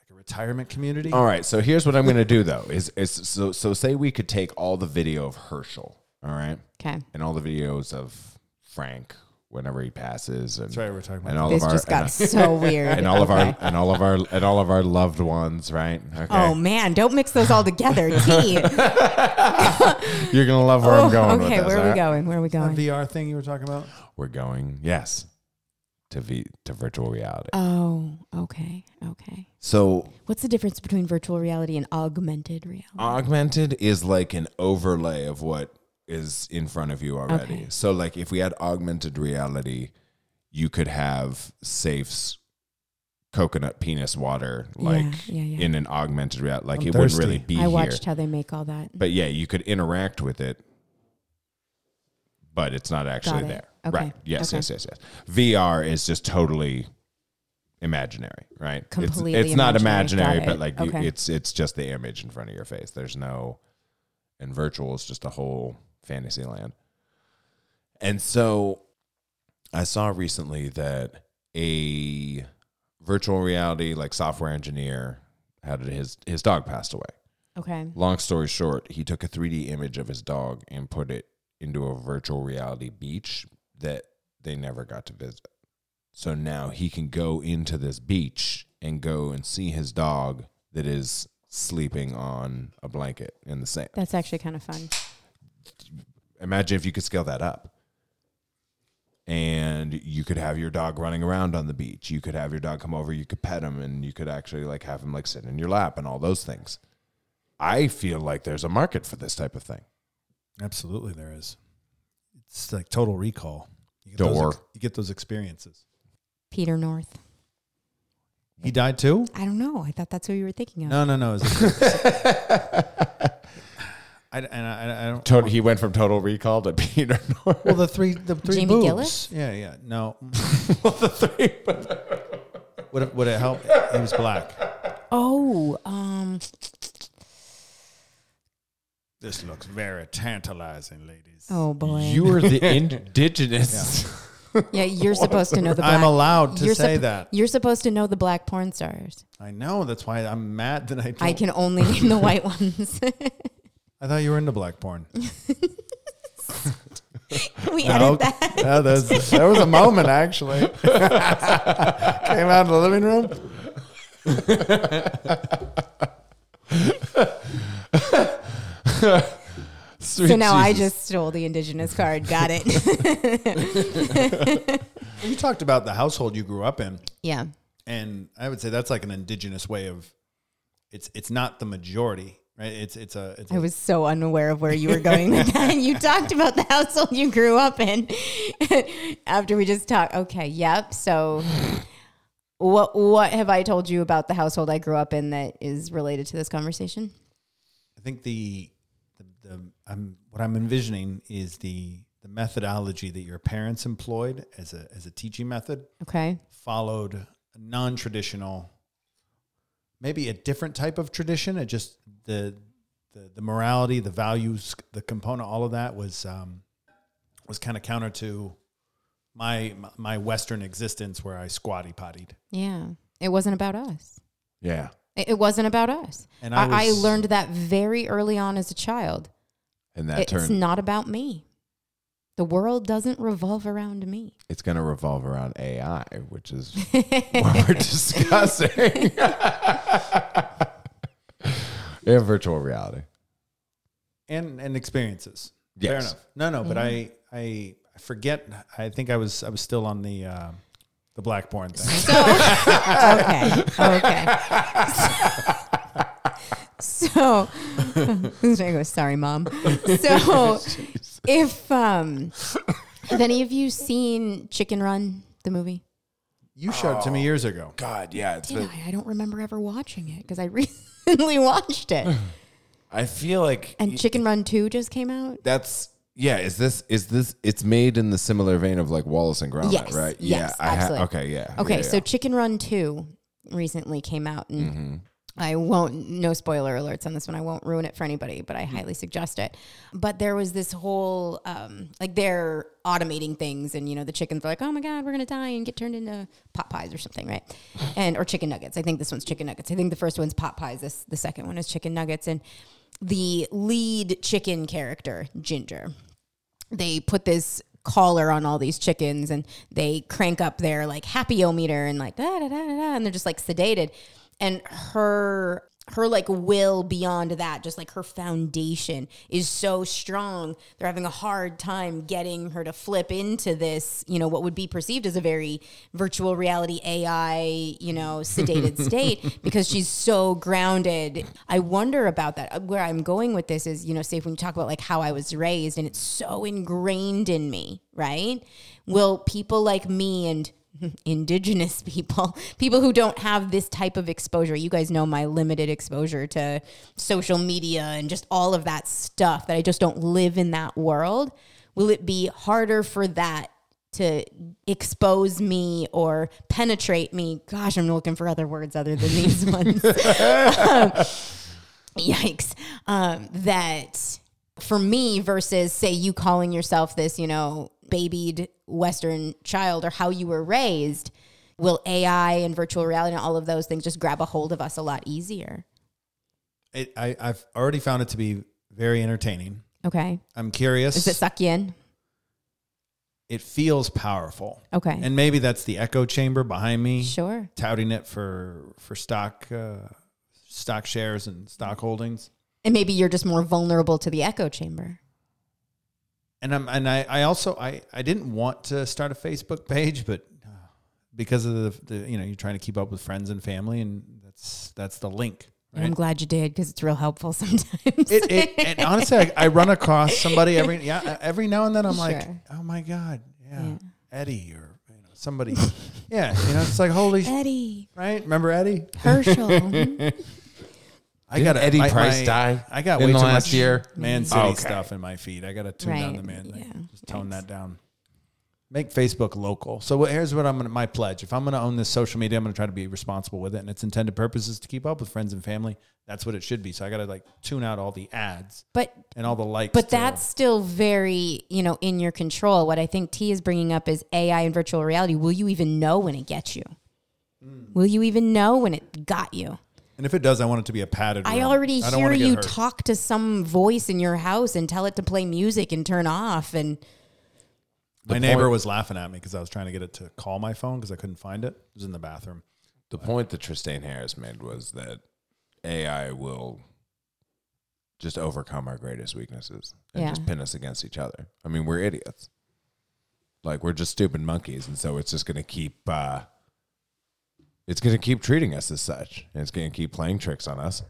S2: like a retirement community.
S3: All right, so here's what I'm going to do though is, is so so say we could take all the video of Herschel, all right,
S4: Okay.
S3: and all the videos of Frank whenever he passes, and
S2: That's right. We're talking about
S3: and all
S4: this
S3: of our
S4: just got
S3: and, uh,
S4: so
S3: [LAUGHS]
S4: weird.
S3: and all of
S4: Okay.
S3: our and all of our and all of our loved ones, right? Okay,
S4: Oh man, don't mix those all together.
S3: [LAUGHS]
S4: T.
S3: you're gonna love where I'm going. with
S4: Oh, okay,
S3: this,
S4: where
S3: all
S4: are we
S3: right?
S4: going? Where are we
S2: that
S4: going?
S2: VR thing you were talking about.
S3: We're going, yes, to v, to virtual reality.
S4: Oh, okay, okay.
S3: So
S4: What's the difference between virtual reality and augmented reality?
S3: augmented is like an overlay of what is in front of you already.
S4: Okay.
S3: So like if we had augmented reality, you could have safes coconut penis water like
S4: yeah, yeah.
S3: in an augmented reality like
S2: I'm
S3: it
S2: thirsty.
S3: wouldn't really be
S4: I
S3: here.
S4: watched how they make all that.
S3: But yeah, you could interact with it but it's not actually
S4: Got it.
S3: there.
S4: Okay.
S3: Right. Yes,
S4: Okay.
S3: yes, yes, yes. VR is just totally imaginary, right? It's-
S4: Completely
S3: It's, not
S4: imaginary.
S3: imaginary,
S4: Got
S3: but
S4: it.
S3: like you,
S4: Okay.
S3: it's it's just the image in front of your face. There's no, and virtual is just a whole fantasy land. And so, I saw recently that a virtual reality like software engineer had his his dog passed away.
S4: Okay.
S3: Long story short, he took a 3D image of his dog and put it into a virtual reality beach that they never got to visit. So now he can go into this beach and go and see his dog that is sleeping on a blanket in the sand.
S4: That's actually kind of fun.
S3: Imagine if you could scale that up. And you could have your dog running around on the beach. You could have your dog come over, you could pet him and you could actually like have him like sit in your lap and all those things. I feel like there's a market for this type of thing.
S2: Absolutely, there is. It's like Total Recall. You get
S3: Door.
S2: Those, ex- you get those experiences.
S4: Peter North.
S2: He died too.
S4: I don't know. I thought that's who you were thinking of.
S2: No, no, no. [LAUGHS] It's- I, and I, I don't.
S3: Total, he went from Total Recall to [LAUGHS] Peter North.
S2: Well, the three, the three
S4: Jamie
S2: boobs.
S4: Gillis?
S2: Yeah, yeah. [LAUGHS] No,
S3: Well, the three.
S2: [LAUGHS] would it, would it help? He was black.
S4: Oh, um,
S2: This looks very tantalizing, ladies.
S4: oh boy.
S3: You are the indigenous.
S4: yeah, you're supposed to know the
S2: [LAUGHS]
S4: black.
S2: I'm allowed to
S4: you're
S2: say
S4: supp-
S2: that.
S4: You're supposed to know the black porn stars.
S2: I know. That's why I'm mad that I. Don't.
S4: I can only name the white ones. [LAUGHS]
S2: I thought you were into black porn.
S4: we
S2: No,
S4: edit that.
S2: [LAUGHS] yeah, there, was, there was a moment
S3: [LAUGHS]
S2: actually. Came out of the living room.
S4: So now I just stole the indigenous card. Got it.
S2: [LAUGHS]
S4: [LAUGHS]
S2: You talked about the household you grew up in.
S4: yeah.
S2: and I would say that's like an indigenous way of it's it's not the majority, right? It's it's a it's
S4: I
S2: a,
S4: was so unaware of where you were going with that. You talked about the household you grew up in [LAUGHS] after we just talked. Okay, yep. So what what have I told you about the household I grew up in that is related to this conversation?
S2: I think the, the the I'm what I'm envisioning is the the methodology that your parents employed as a as a teaching method
S4: Okay.
S2: followed a non-traditional maybe a different type of tradition it just the the, the morality the values the component all of that was um, was kind of counter to my my western existence where i squatty pottied
S4: Yeah. It wasn't about us.
S3: Yeah.
S4: It, it wasn't about us.
S2: And I
S4: I, I,
S2: was-
S4: learned that very early on as a child.
S3: And that
S4: it's
S3: turn,
S4: not about me. The world doesn't revolve around me.
S3: it's going to revolve around AI, which
S4: [LAUGHS]
S3: is what we're discussing. [LAUGHS] and virtual reality.
S2: and and experiences. Fair
S3: Yes.
S2: enough. No, no, but I I I forget. I think I was I was still on the uh, the black porn thing.
S4: So okay, okay. so [LAUGHS] I go, sorry, mom. So if um, have any of you seen Chicken Run, the movie?
S2: You showed it to me years ago.
S3: God, yeah, it's
S4: Did
S3: been,
S4: I? I don't remember ever watching it because I [LAUGHS] recently watched it.
S3: I feel like [LAUGHS]
S4: And Chicken Run 2 just came out.
S3: that's yeah. Is this is this? It's made in the similar vein of like Wallace and Gromit,
S4: Yes,
S3: right?
S4: yes,
S3: yeah, I
S4: absolutely.
S3: okay, yeah.
S4: Okay,
S3: yeah, Mm-hmm.
S4: so
S3: yeah.
S4: Chicken Run 2 recently came out and I won't no spoiler alerts on this one. I won't ruin it for anybody, but I highly suggest it. But there was this whole um like they're automating things and you know the chickens are like, "Oh my god, we're going to die and get turned into pot pies or
S3: [LAUGHS]
S4: something, right?" And or chicken nuggets. I think this one's chicken nuggets. I think the first one's pot pies. This the second one is chicken nuggets and the lead chicken character, Ginger, they put this collar on all these chickens and they crank up their like happy o meter and like da da da da da and they're just like sedated and her her like will beyond that just like her foundation is so strong they're having a hard time getting her to flip into this you know what would be perceived as a very virtual reality ai you know sedated state because she's so grounded i wonder about that where i'm going with this is you know say if when you talk about like how i was raised and it's so ingrained in me right will people like me and [LAUGHS] indigenous people, [LAUGHS] people who don't have this type of exposure. You guys know my limited exposure to social media and just all of that stuff that I just don't live in that world. Will it be harder for that to expose me or penetrate me? Gosh, I'm looking for other words other than these [LAUGHS] ones. [LAUGHS] yikes um, that for me versus say you calling yourself this you know babied western child or how you were raised will ai and virtual reality and all of those things just grab a hold of us a lot easier
S2: It, I, I've already found it to be very entertaining.
S4: okay
S2: I'm curious.
S4: does it suck you in
S2: it feels powerful.
S4: Okay.
S2: And maybe that's the echo chamber behind me
S4: sure
S2: touting it for for stock uh, stock shares and stock holdings.
S4: and maybe you're just more vulnerable to the echo chamber
S2: And I'm and I, I also I, I didn't want to start a Facebook page, but uh, because of the, the you know you're trying to keep up with friends and family, and that's that's the link.
S4: and i'm
S2: Right?
S4: glad you did because it's real helpful [LAUGHS] sometimes
S2: It, it, and honestly, I, I run across somebody every yeah uh, every now and then. I'm like,
S4: Sure.
S2: oh my god, yeah, Eddie or you know, somebody, yeah, you know, it's like holy,
S4: [LAUGHS]
S2: sh-
S4: [LAUGHS] eddie
S2: right? Remember Eddie?
S4: herschel
S2: [LAUGHS] I
S3: Didn't
S2: got
S3: Eddie Price die
S2: I got
S3: in
S2: way
S3: the
S2: too
S3: last
S2: much
S3: year? Mm.
S2: Man City
S3: Okay.
S2: stuff in my feed. I got to tune down
S4: Right,
S2: the man. thing.
S4: yeah,
S2: Just tone that down. Make Facebook local. So what- here's what I'm gonna my pledge. If I'm gonna own this social media, I'm gonna try to be responsible with it, and its intended purpose is to keep up with friends and family. That's what it should be. So I gotta like tune out all the ads
S4: but
S2: and all the likes.
S4: But
S2: to-
S4: that's still very, you know, in your control. What I think T is bringing up is AI and virtual reality. Will you even know when it gets you?
S2: Hmm.
S4: Will you even know when it got you?
S2: and if it does, I want it to be a padded.
S4: I
S2: room.
S4: already
S2: I don't
S4: hear
S2: wanna get
S4: you
S2: hurt.
S4: talk to some voice in your house and tell it to play music and turn off. And
S2: My
S3: The
S2: neighbor
S3: point-
S2: was laughing at me because I was trying to get it to call my phone because I couldn't find it. It was in the bathroom.
S3: The point that Tristan Harris made was that AI will just overcome our greatest weaknesses and
S4: Yeah.
S3: just pin us against each other. I mean, we're idiots. Like we're just stupid monkeys, and so it's just going to keep uh, it's going to keep treating us as such, and it's going to keep playing tricks on us.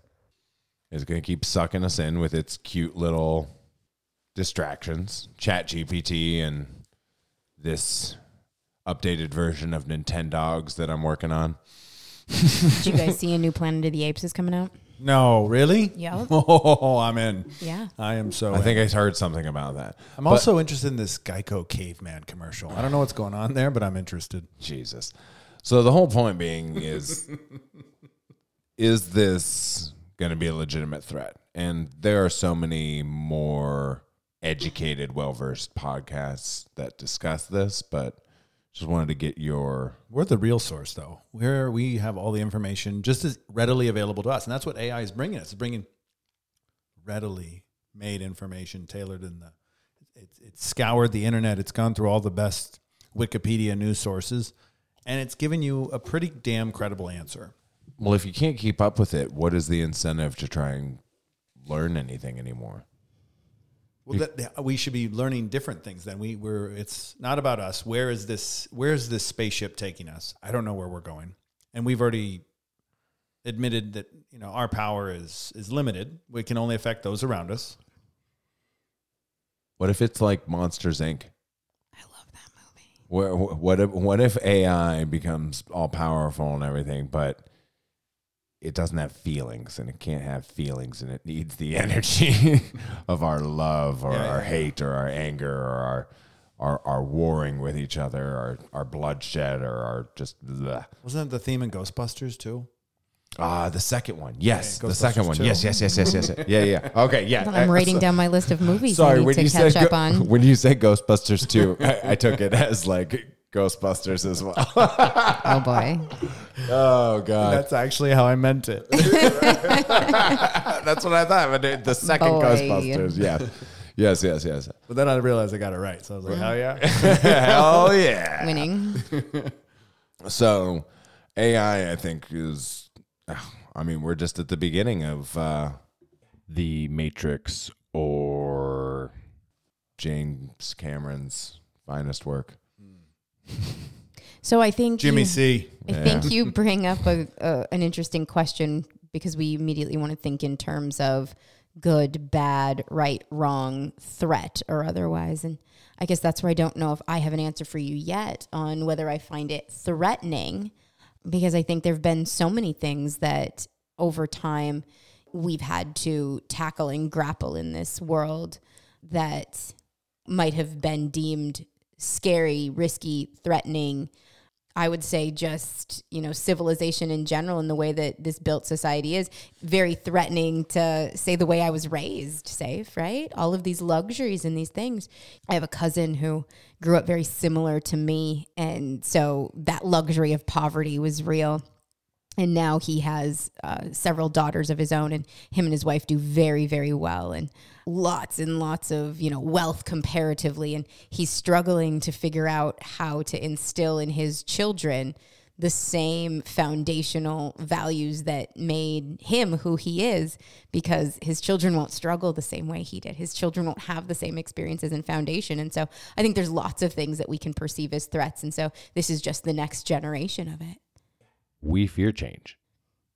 S3: It's going to keep sucking us in with its cute little distractions, Chat GPT, and this updated version of Nintendogs that I'm working on.
S4: did you
S2: [LAUGHS]
S4: guys see a new Planet of the Apes is coming out?
S2: No, really?
S4: Yeah.
S2: [LAUGHS] Oh, I'm in.
S4: Yeah.
S2: I am so.
S3: I think I heard something about that.
S2: I'm also interested in this Geico caveman commercial. I don't know what's going on there, but I'm interested.
S3: Jesus. So the whole point being is is this going to be a legitimate threat? And there are so many more educated, well-versed podcasts that discuss this, but just wanted to get your
S2: We're the real source, though. Where we have all the information just as readily available to us, and that's what AI is bringing us. It's bringing readily made information tailored in the. It's it's scoured the internet. It's gone through all the best Wikipedia news sources, and it's given you a pretty damn credible answer.
S3: Well, if you can't keep up with it, what is the incentive to try and learn anything anymore?
S2: Well, that, that- we should be learning different things. Then we we're it's not about us. Where is this? Where is this spaceship taking us? I don't know where we're going, and we've already admitted that you know our power is is limited. We can only affect those around us.
S3: What if it's like Monsters Inc?
S4: I love that movie.
S3: What, what if what if AI becomes all powerful and everything, but it doesn't have feelings and it can't have feelings and it needs the [LAUGHS] energy of our love or
S2: Yeah, yeah,
S3: our
S2: yeah.
S3: hate or our anger or our our, our warring with each other or our bloodshed or our just bleh.
S2: Wasn't that the theme in Ghostbusters too?
S3: ah the second one yes
S2: Yeah,
S3: the second
S2: Ghostbusters
S3: one
S2: too.
S3: yes yes yes yes yes yes.
S2: [LAUGHS]
S3: yeah yeah okay yeah
S4: I'm
S3: Uh,
S4: writing
S3: so-
S4: down my list of movies I need to catch
S3: said
S4: up
S3: Go-
S2: [LAUGHS]
S4: on.
S3: [LAUGHS] when you said Ghostbusters too, [LAUGHS] I, I took it as like Ghostbusters as well.
S4: [LAUGHS] Oh boy.
S3: Oh god,
S2: That's actually how I meant it. [LAUGHS]
S3: that's what I thought. But it- the second
S4: Boy.
S3: Ghostbusters, yeah, [LAUGHS] yes, yes, yes.
S2: but then I realized I got it right, so I was like, "Hell yeah!"
S3: [LAUGHS] Hell yeah.
S4: Winning.
S3: So AI, I think, is. [SIGHS] I mean, we're just at the beginning of uh, the Matrix or James Cameron's finest work.
S4: So I think
S2: Jimmy
S4: you-
S2: C.
S4: I think you bring up a, a an interesting question because we immediately want to think in terms of good, bad, right, wrong, threat, or otherwise. And I guess that's where I don't know if I have an answer for you yet on whether I find it threatening because I think there have been so many things that over time we've had to tackle and grapple in this world that might have been deemed scary, risky, threatening. I would say just, you know, civilization in general and the way that this built society is very threatening to say the way I was raised, safe, right? All of these luxuries and these things. I have a cousin who grew up very similar to me. And so that luxury of poverty was real and now he has uh, several daughters of his own and him and his wife do very very well and lots and lots of you know wealth comparatively and he's struggling to figure out how to instill in his children the same foundational values that made him who he is because his children won't struggle the same way he did his children won't have the same experiences and foundation and so i think there's lots of things that we can perceive as threats and so this is just the next generation of it
S1: We fear change.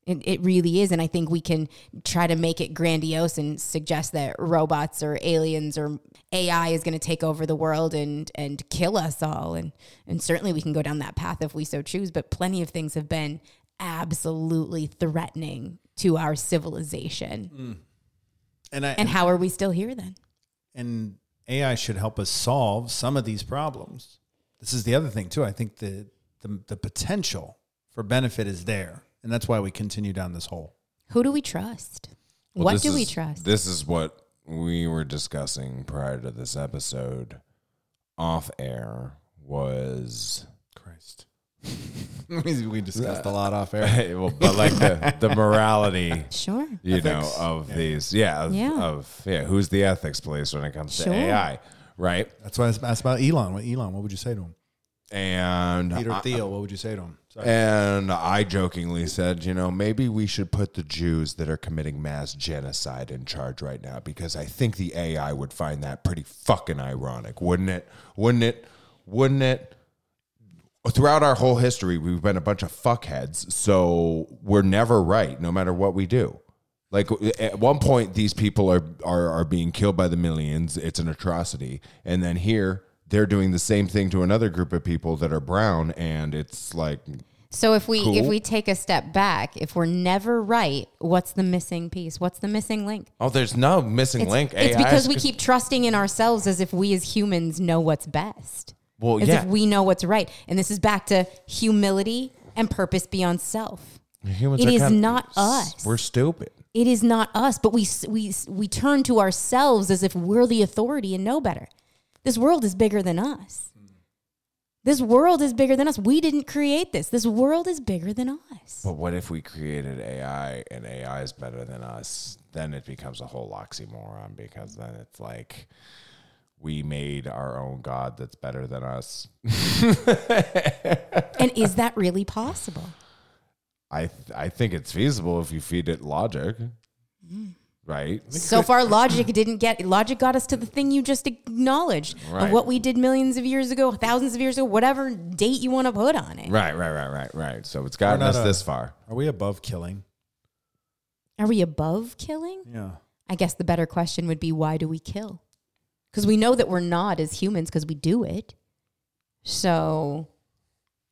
S4: it, it really is. And I think we can try to make it grandiose and suggest that robots or aliens or AI is going to take over the world and, and kill us all. And, and certainly we can go down that path if we so choose. But plenty of things have been absolutely threatening to our civilization.
S3: Mm.
S2: And I
S4: And how are we still here then?
S2: and AI should help us solve some of these problems. This is the other thing too. I think the the, the potential for benefit is there, and that's why we continue down this hole.
S4: Who do we trust?
S3: Well,
S4: what
S3: this
S4: do we
S3: is-
S4: trust?
S3: This is what we were discussing prior to this episode off air was [LAUGHS]
S2: Christ, [LAUGHS] we, we discussed a lot off [LAUGHS] air.
S3: well, but like the,
S4: [LAUGHS]
S3: the morality,
S4: sure.
S3: you
S2: Ethics.
S3: know, of these, yeah, of,
S4: Yeah.
S3: of yeah, who's the ethics police when it comes
S4: Sure.
S3: to AI, right?
S2: That's why I asked about Elon. What Elon? What would you say to him?
S3: And
S2: Peter
S3: I-
S2: Thiel. What would you say to him? Sorry.
S3: And I jokingly said, you know, maybe we should put the Jews that are committing mass genocide in charge right now because I think the AI would find that pretty fucking ironic, wouldn't it? Wouldn't it? Wouldn't it? Throughout our whole history, we've been a bunch of fuckheads, so we're never right, no matter what we do. Like at one point, these people are are are being killed by the millions. It's an atrocity, and then here they're doing the same thing to another group of people that are brown, and it's like
S4: So if we if
S3: Cool.
S4: we take a step back, if we're never right, what's the missing piece? What's the missing link?
S3: Oh, there's no missing
S4: It's,
S3: link.
S4: it's
S3: AI
S4: because
S3: is-
S4: we keep trusting in ourselves as if we as humans know what's best.
S3: Well,
S4: as
S3: Oh, yeah.
S4: if we know what's right. And this is back to humility and purpose beyond self.
S3: Humans
S4: it
S3: are
S4: is
S3: kind of-
S4: not us.
S3: We're stupid.
S4: It is not us, but we s- we s- we turn to ourselves as if we're the authority and know better. This world is bigger than us. This world is bigger than us. We didn't create this. This world is bigger than us.
S3: But what if we created AI and AI is better than us? Then it becomes a whole oxymoron because then it's like we made our own god that's better than us.
S4: And is that really possible?
S3: I th- I think it's feasible if you feed it logic,
S4: Mm.
S3: right?
S4: So far, logic didn't get logic got us to the thing you just acknowledged of
S3: Right.
S4: what we did millions of years ago, thousands of years ago, whatever date you want to put on it.
S3: Right, right, right, right, right. So it's
S2: We're
S3: gotten
S2: not
S3: us
S2: a-
S3: this far.
S2: Are we above killing?
S4: Are we above killing?
S2: Yeah.
S4: I guess the better question would be why do we kill? Because we know that we're not as humans because we do it. So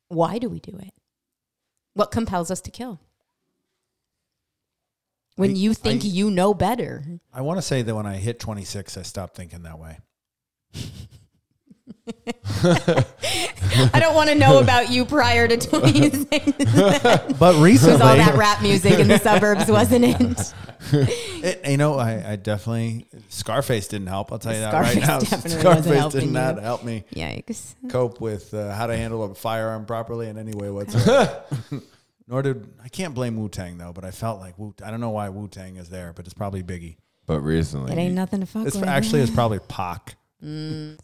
S4: why do we do it? What compels us to kill? When
S2: I-
S4: you think
S2: I-
S4: you know better.
S2: I want to say that when I hit 26, I stopped thinking that
S4: [LAUGHS]
S2: way.
S4: I don't want
S2: [LAUGHS]
S4: to know about you prior to [LAUGHS] 26.
S2: But recently,
S4: was all that rap music [LAUGHS] in the suburbs, wasn't it?
S2: It, you know, I, I definitely Scarface didn't help. I'll tell you that right
S4: Scarface
S2: now.
S4: definitely wasn't
S2: Scarface did
S4: helping
S2: not
S4: you.
S2: help me
S4: Yikes.
S2: cope with uh, how to handle a firearm properly in any way whatsoever.
S3: [LAUGHS]
S2: Nor did I can't blame Wu Tang though, but I felt like Wu. I don't know why Wu Tang is there, but it's probably Biggie.
S3: But recently,
S4: It ain't nothing to fuck
S2: It's
S4: with.
S2: actually it's probably Pac.
S4: Mm.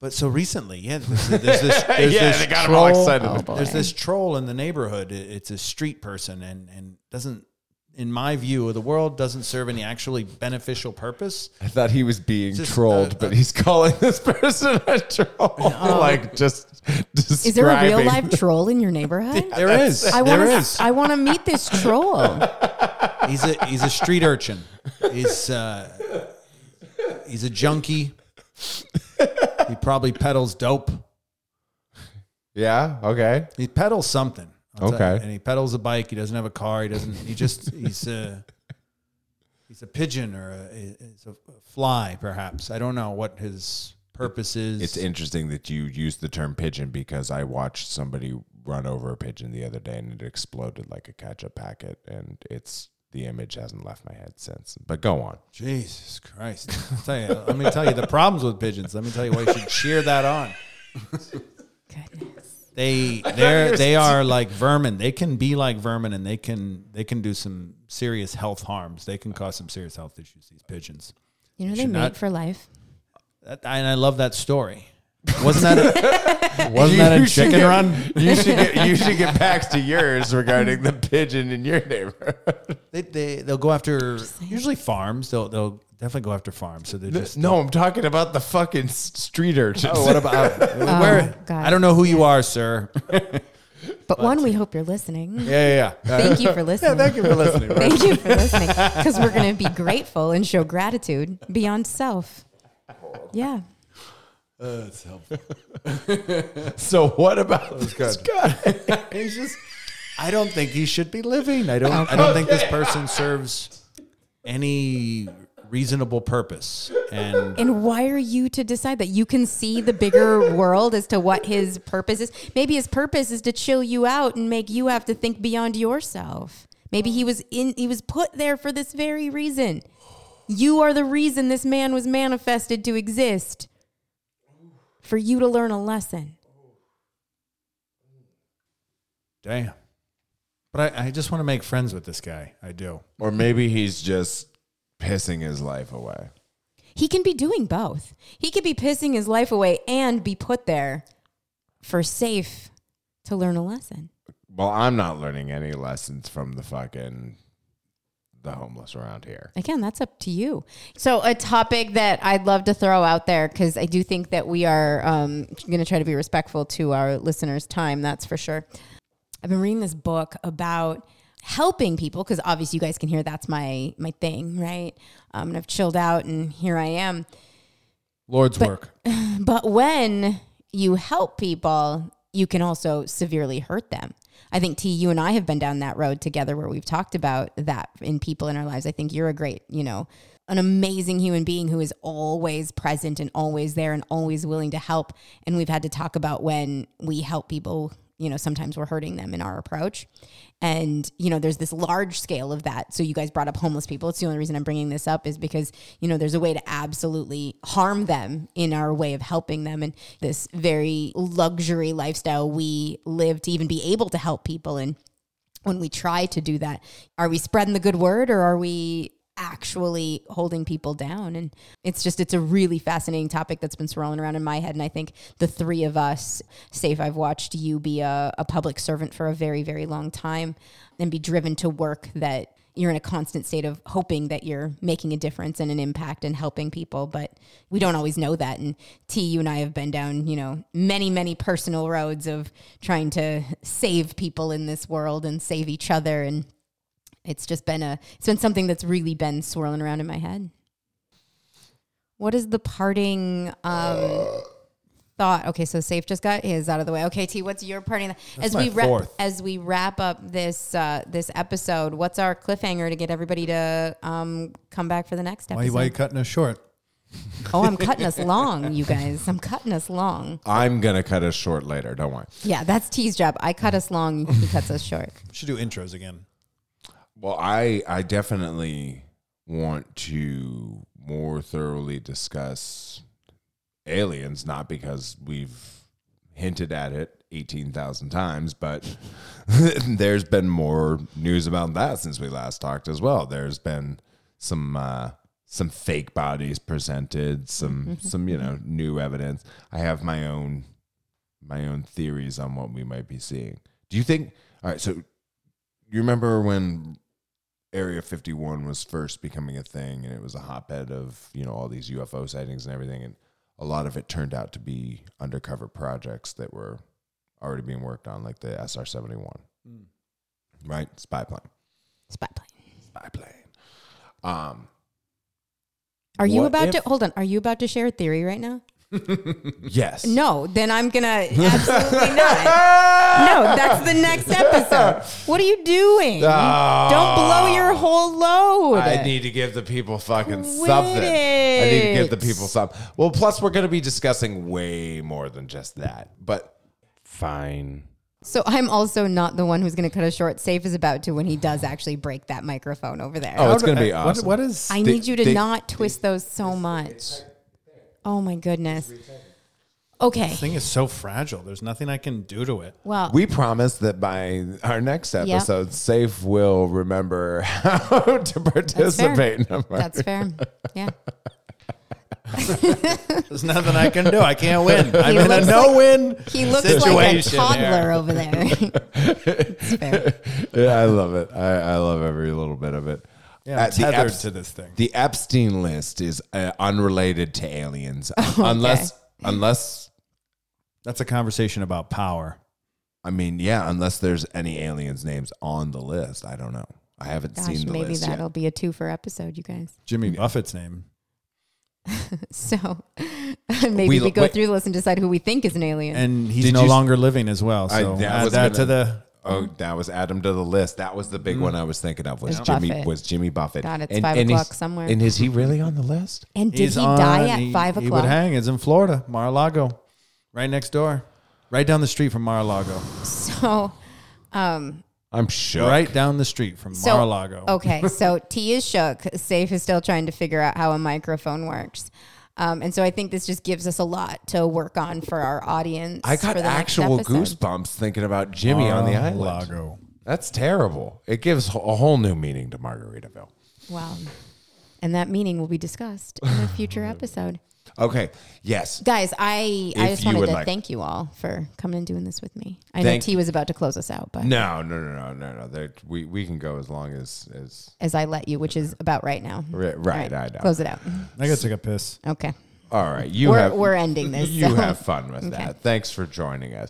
S2: But so recently, yeah, there's, there's this.
S3: [LAUGHS]
S2: There's
S3: Yeah,
S2: this
S3: they got 'em
S2: troll,
S3: all excited.
S4: Oh, boy.
S2: There's this troll in the neighborhood. It- It's a street person, and and doesn't, in my view of the world, doesn't serve any actually beneficial
S3: [LAUGHS]
S2: purpose.
S3: I thought he was being
S2: Just,
S3: trolled,
S2: uh,
S3: but
S2: uh,
S3: he's calling [LAUGHS] this person a [LAUGHS] troll. like just describing.
S4: Is there a real life troll in
S2: [LAUGHS]
S4: your neighborhood?
S2: There is.
S4: I
S2: there
S4: want
S2: is.
S4: to. I want to
S2: [LAUGHS]
S4: meet this troll.
S2: He's a he's a street urchin. He's uh, he's a junkie. He probably peddles dope.
S3: Yeah. Okay.
S2: He peddles something. I'll tell
S3: Okay.
S2: you. and he pedals a bike. He doesn't have a car. He doesn't. He just he's a he's a pigeon or a, he's a fly, perhaps. I don't know what his purpose is.
S3: It's interesting that you use the term pigeon because I watched somebody run over a pigeon the other day and it exploded like a ketchup packet, and it's the image hasn't left my head since. But go on.
S2: Jesus Christ! I'll tell you, let me tell you the problems with pigeons. Let me tell you why you should cheer that on.
S4: Goodness.
S3: [LAUGHS]
S2: they they're they are like vermin. They can be like vermin, and they can they can do some serious health harms. They can cause some serious health issues. These pigeons,
S4: You know they
S2: should
S4: mate
S2: not- [LAUGHS]
S4: for life.
S2: that, and I love that story. Wasn't that a,
S3: [LAUGHS]
S2: wasn't that a chicken run?
S3: You should get you should get back to yours regarding the pigeon in your neighborhood.
S2: They they they'll go after usually farms. They'll they'll definitely go after farms. So they're just
S3: [LAUGHS] No, I'm talking about the fucking s- street urchin.
S2: Oh, what
S3: [LAUGHS]
S2: about [LAUGHS] where?
S4: God.
S2: I don't know who you are, sir.
S4: But one, we hope
S2: [LAUGHS]
S4: you're listening.
S2: Yeah, yeah, yeah.
S4: Thank you for listening.
S2: Thank you for listening. Right?
S4: Thank you
S2: [LAUGHS]
S4: for listening. Because we're going to be grateful and show gratitude beyond self. Yeah.
S3: [LAUGHS] So what about this guy?
S2: [LAUGHS] He's just. I don't think he should be living. I don't. I don't think this person serves any reasonable purpose. And
S4: And why are you to decide that you can see the bigger world as to what his purpose is? Maybe his purpose is to chill you out and make you have to think beyond yourself. Maybe he was in he was put there for this very reason. You are the reason this man was manifested to exist. For you to learn a lesson.
S2: damn. But I, I just want to make friends with this guy. I do.
S3: [LAUGHS] Or maybe he's just pissing his life away.
S4: He can be doing both. He could be pissing his life away and be put there for safe to learn a lesson.
S3: Well, I'm not learning any lessons from the fucking the homeless around here.
S4: Again, that's up to you. So, a topic that I'd love to throw out there because I do think that we are um, going to try to be respectful to our listeners' time, that's for sure. I've been reading this book about helping people because obviously you guys can hear that's my my thing, right? Um, and I've chilled out, and here I am.
S2: Lord's work.
S4: But when you help people, you can also severely hurt them. I think T, you and I have been down that road together where we've talked about that in people in our lives. I think you're a great, you know, an amazing human being who is always present and always there and always willing to help. And we've had to talk about when we help people, you know, sometimes we're hurting them in our approach. And, you know, there's this large scale of that. So you guys brought up homeless people. It's the only reason I'm bringing this up is because, you know, there's a way to absolutely harm them in our way of helping them and this very luxury lifestyle we live to even be able to help people. And when we try to do that, are we spreading the good word or are we actually holding people down? And it's just, it's a really fascinating topic that's been swirling around in my head. And I think the three of us, Safe, I've watched you be a, a public servant for a very, very long time and be driven to work that you're in a constant state of hoping that you're making a difference and an impact and helping people but we don't always know that and t you and i have been down you know many many personal roads of trying to save people in this world and save each other and It's just been a it's been something that's really been swirling around in my head. What is the parting um
S2: Uh.
S4: thought? Okay, so Safe just got his out of the way. Okay, T, what's your parting
S2: That's
S4: as
S2: my
S4: we wrap
S2: fourth.
S4: as we wrap up this uh this episode, what's our cliffhanger to get everybody to um come back for the next
S2: Why, why you
S4: episode?
S2: cutting us short?
S4: Oh, I'm cutting us
S3: [LAUGHS]
S4: long, you guys. I'm cutting us long.
S3: I'm gonna cut us short later. Don't worry.
S4: Yeah, that's T's job. I cut us long,
S3: [LAUGHS]
S4: he cuts us short.
S2: Should do intros again.
S3: Well, I I definitely want to more thoroughly discuss aliens, not because we've hinted at it eighteen thousand times, but [LAUGHS] there's been more news about that since we last talked as well. There's been some uh, some fake bodies presented, some some you know new evidence. I have my own my own theories on what we might be seeing. Do you think? All right, so you remember when Area 51 was first becoming a thing and it was a hotbed of, you know, all these UFO sightings and everything and a lot of it turned out to be undercover projects that were already being worked on like the SR-71. Right? Spy plane.
S4: Spy plane.
S3: Spy plane. Um
S4: Are you
S3: What
S4: about
S3: if-
S4: to hold on? Are you about to share a theory right now?
S3: yes.
S4: No, then I'm
S3: [LAUGHS]
S4: gonna absolutely not. No, that's the next episode. What are
S3: [LAUGHS]
S4: you doing? Don't blow your whole load.
S3: Ah. I need to give the people fucking
S4: Quit
S3: something. I need to give the
S4: it.
S3: people something. Well, plus we're going to be discussing way more than just that. But
S1: Fine.
S4: so I'm also not the one who's gonna cut us short. Safe is about to when he does actually break that microphone over there.
S3: Oh, it's going to be
S2: Uh,
S3: awesome.
S2: What, what is?
S4: I
S3: they-
S4: need you to
S3: they-
S4: not twist those so much. Oh my goodness. Okay.
S2: This thing is so fragile. There's nothing I can do to it.
S4: Well,
S3: We promise that by our next episode, Safe will remember [LAUGHS] how to participate. in our- [LAUGHS]
S4: that's fair. Yeah.
S2: There's nothing I can do. I can't
S4: [LAUGHS]
S2: win. I'm
S4: He
S2: in a
S4: looks
S2: no win.
S4: He looks like a
S2: Situation
S4: toddler
S2: there.
S3: [LAUGHS]
S4: over there. It's fair.
S3: yeah, I love it. I, I love every little bit of it.
S2: Yeah, I'm
S3: Uh, the,
S2: tethered
S3: Epst-
S2: to this thing.
S3: the Epstein list is uh, unrelated to
S4: [LAUGHS]
S3: aliens, unless unless
S2: That's a conversation about power.
S3: I mean, yeah, unless there's any aliens' names on the list. I don't know. I haven't
S4: Gosh,
S3: seen the
S4: maybe
S3: list yet.
S4: that'll be a two for episode, you guys.
S2: Jimmy Buffett's name.
S4: So [LAUGHS] maybe
S3: We-
S4: we, go
S3: wait.
S4: through the list and decide who we think is an alien.
S2: And he's
S3: Did
S2: no
S3: you s-
S2: longer living as well.
S3: I-
S2: So
S3: yeah, I
S2: add
S3: was
S2: that
S3: gonna-
S2: to the.
S3: Oh, that was Adam to the list. That was the big one I was thinking of. Was
S4: Is
S3: Jimmy?
S4: Buffett.
S3: Was Jimmy Buffett?
S4: God, it's five
S3: he's-
S4: o'clock somewhere.
S3: And is he really on the list?
S4: and did
S2: he's
S4: he die
S2: on-
S4: at
S2: he-
S4: five
S2: He would
S4: o'clock?
S2: hang. It's in Florida, Mar-a-Lago, right next door, right down the street from Mar-a-Lago,
S4: [LAUGHS] So, um,
S3: I'm sure.
S2: right down the street from
S4: so
S2: Mar-a-Lago.
S4: okay.
S3: [LAUGHS]
S4: So T is shook. Safe is still trying to figure out how a microphone works. Um, and so I think this just gives us a lot to work on for our audience.
S3: I got
S4: for the next
S3: actual
S4: episode.
S3: goosebumps thinking about Jimmy on
S2: Oh,
S3: the island.
S2: Mar-a-Lago.
S3: That's terrible. It gives a whole new meaning to Margaritaville.
S4: Wow. And that meaning will be discussed in a
S3: [SIGHS]
S4: future episode.
S3: Okay. Yes.
S4: Guys, I, I
S3: If
S4: just
S3: you
S4: wanted
S3: would
S4: to
S3: like-
S4: thank you all for coming and doing this with me. I
S3: Thank-
S4: know T was about to close us out, but
S3: No, no, no, no, no, no. There, we we can go as long as as
S4: as I let you, which is about right now.
S3: Ri- right, I know.
S4: Close it out.
S2: I gotta take a piss.
S4: Okay.
S3: All right, you
S4: We're-
S3: have
S4: we're ending this,
S3: You
S4: so-
S3: have fun with that. Thanks for joining us.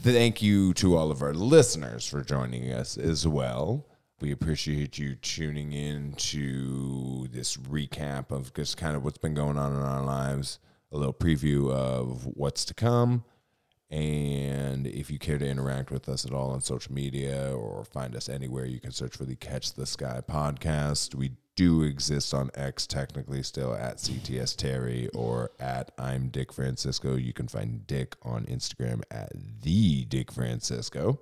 S3: Thank you to all of our listeners for joining us as well. We appreciate you tuning in to this recap of just kind of what's been going on in our lives, a little preview of what's to come. And if you care to interact with us at all on social media or find us anywhere, you can search for the Catch the Sky podcast. We do exist on X technically still at CTS Terry or at I'm Dick Francisco. You can find Dick on Instagram at the Dick Francisco.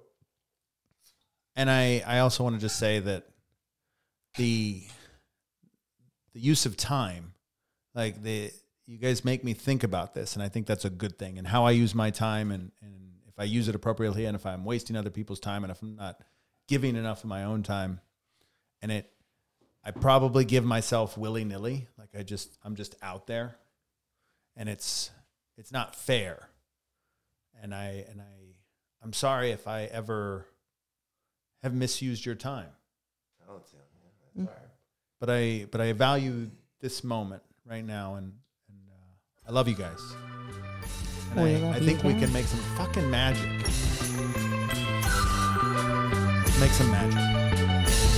S2: And I, I also want to just say that the the use of time, like the you guys make me think about this, and I think that's a good thing. And how I use my time, and and if I use it appropriately, and if I'm wasting other people's time, and if I'm not giving enough of my own time, and it, I probably give myself willy nilly. Like I just I'm just out there, and it's it's not fair. And I and I I'm sorry if I ever have misused your time. But I but I value this moment right now, and, and uh, I love you guys. And
S4: We
S2: I,
S4: love
S2: I
S4: you
S2: think we
S4: back.
S2: can make some fucking magic. Let's make some magic.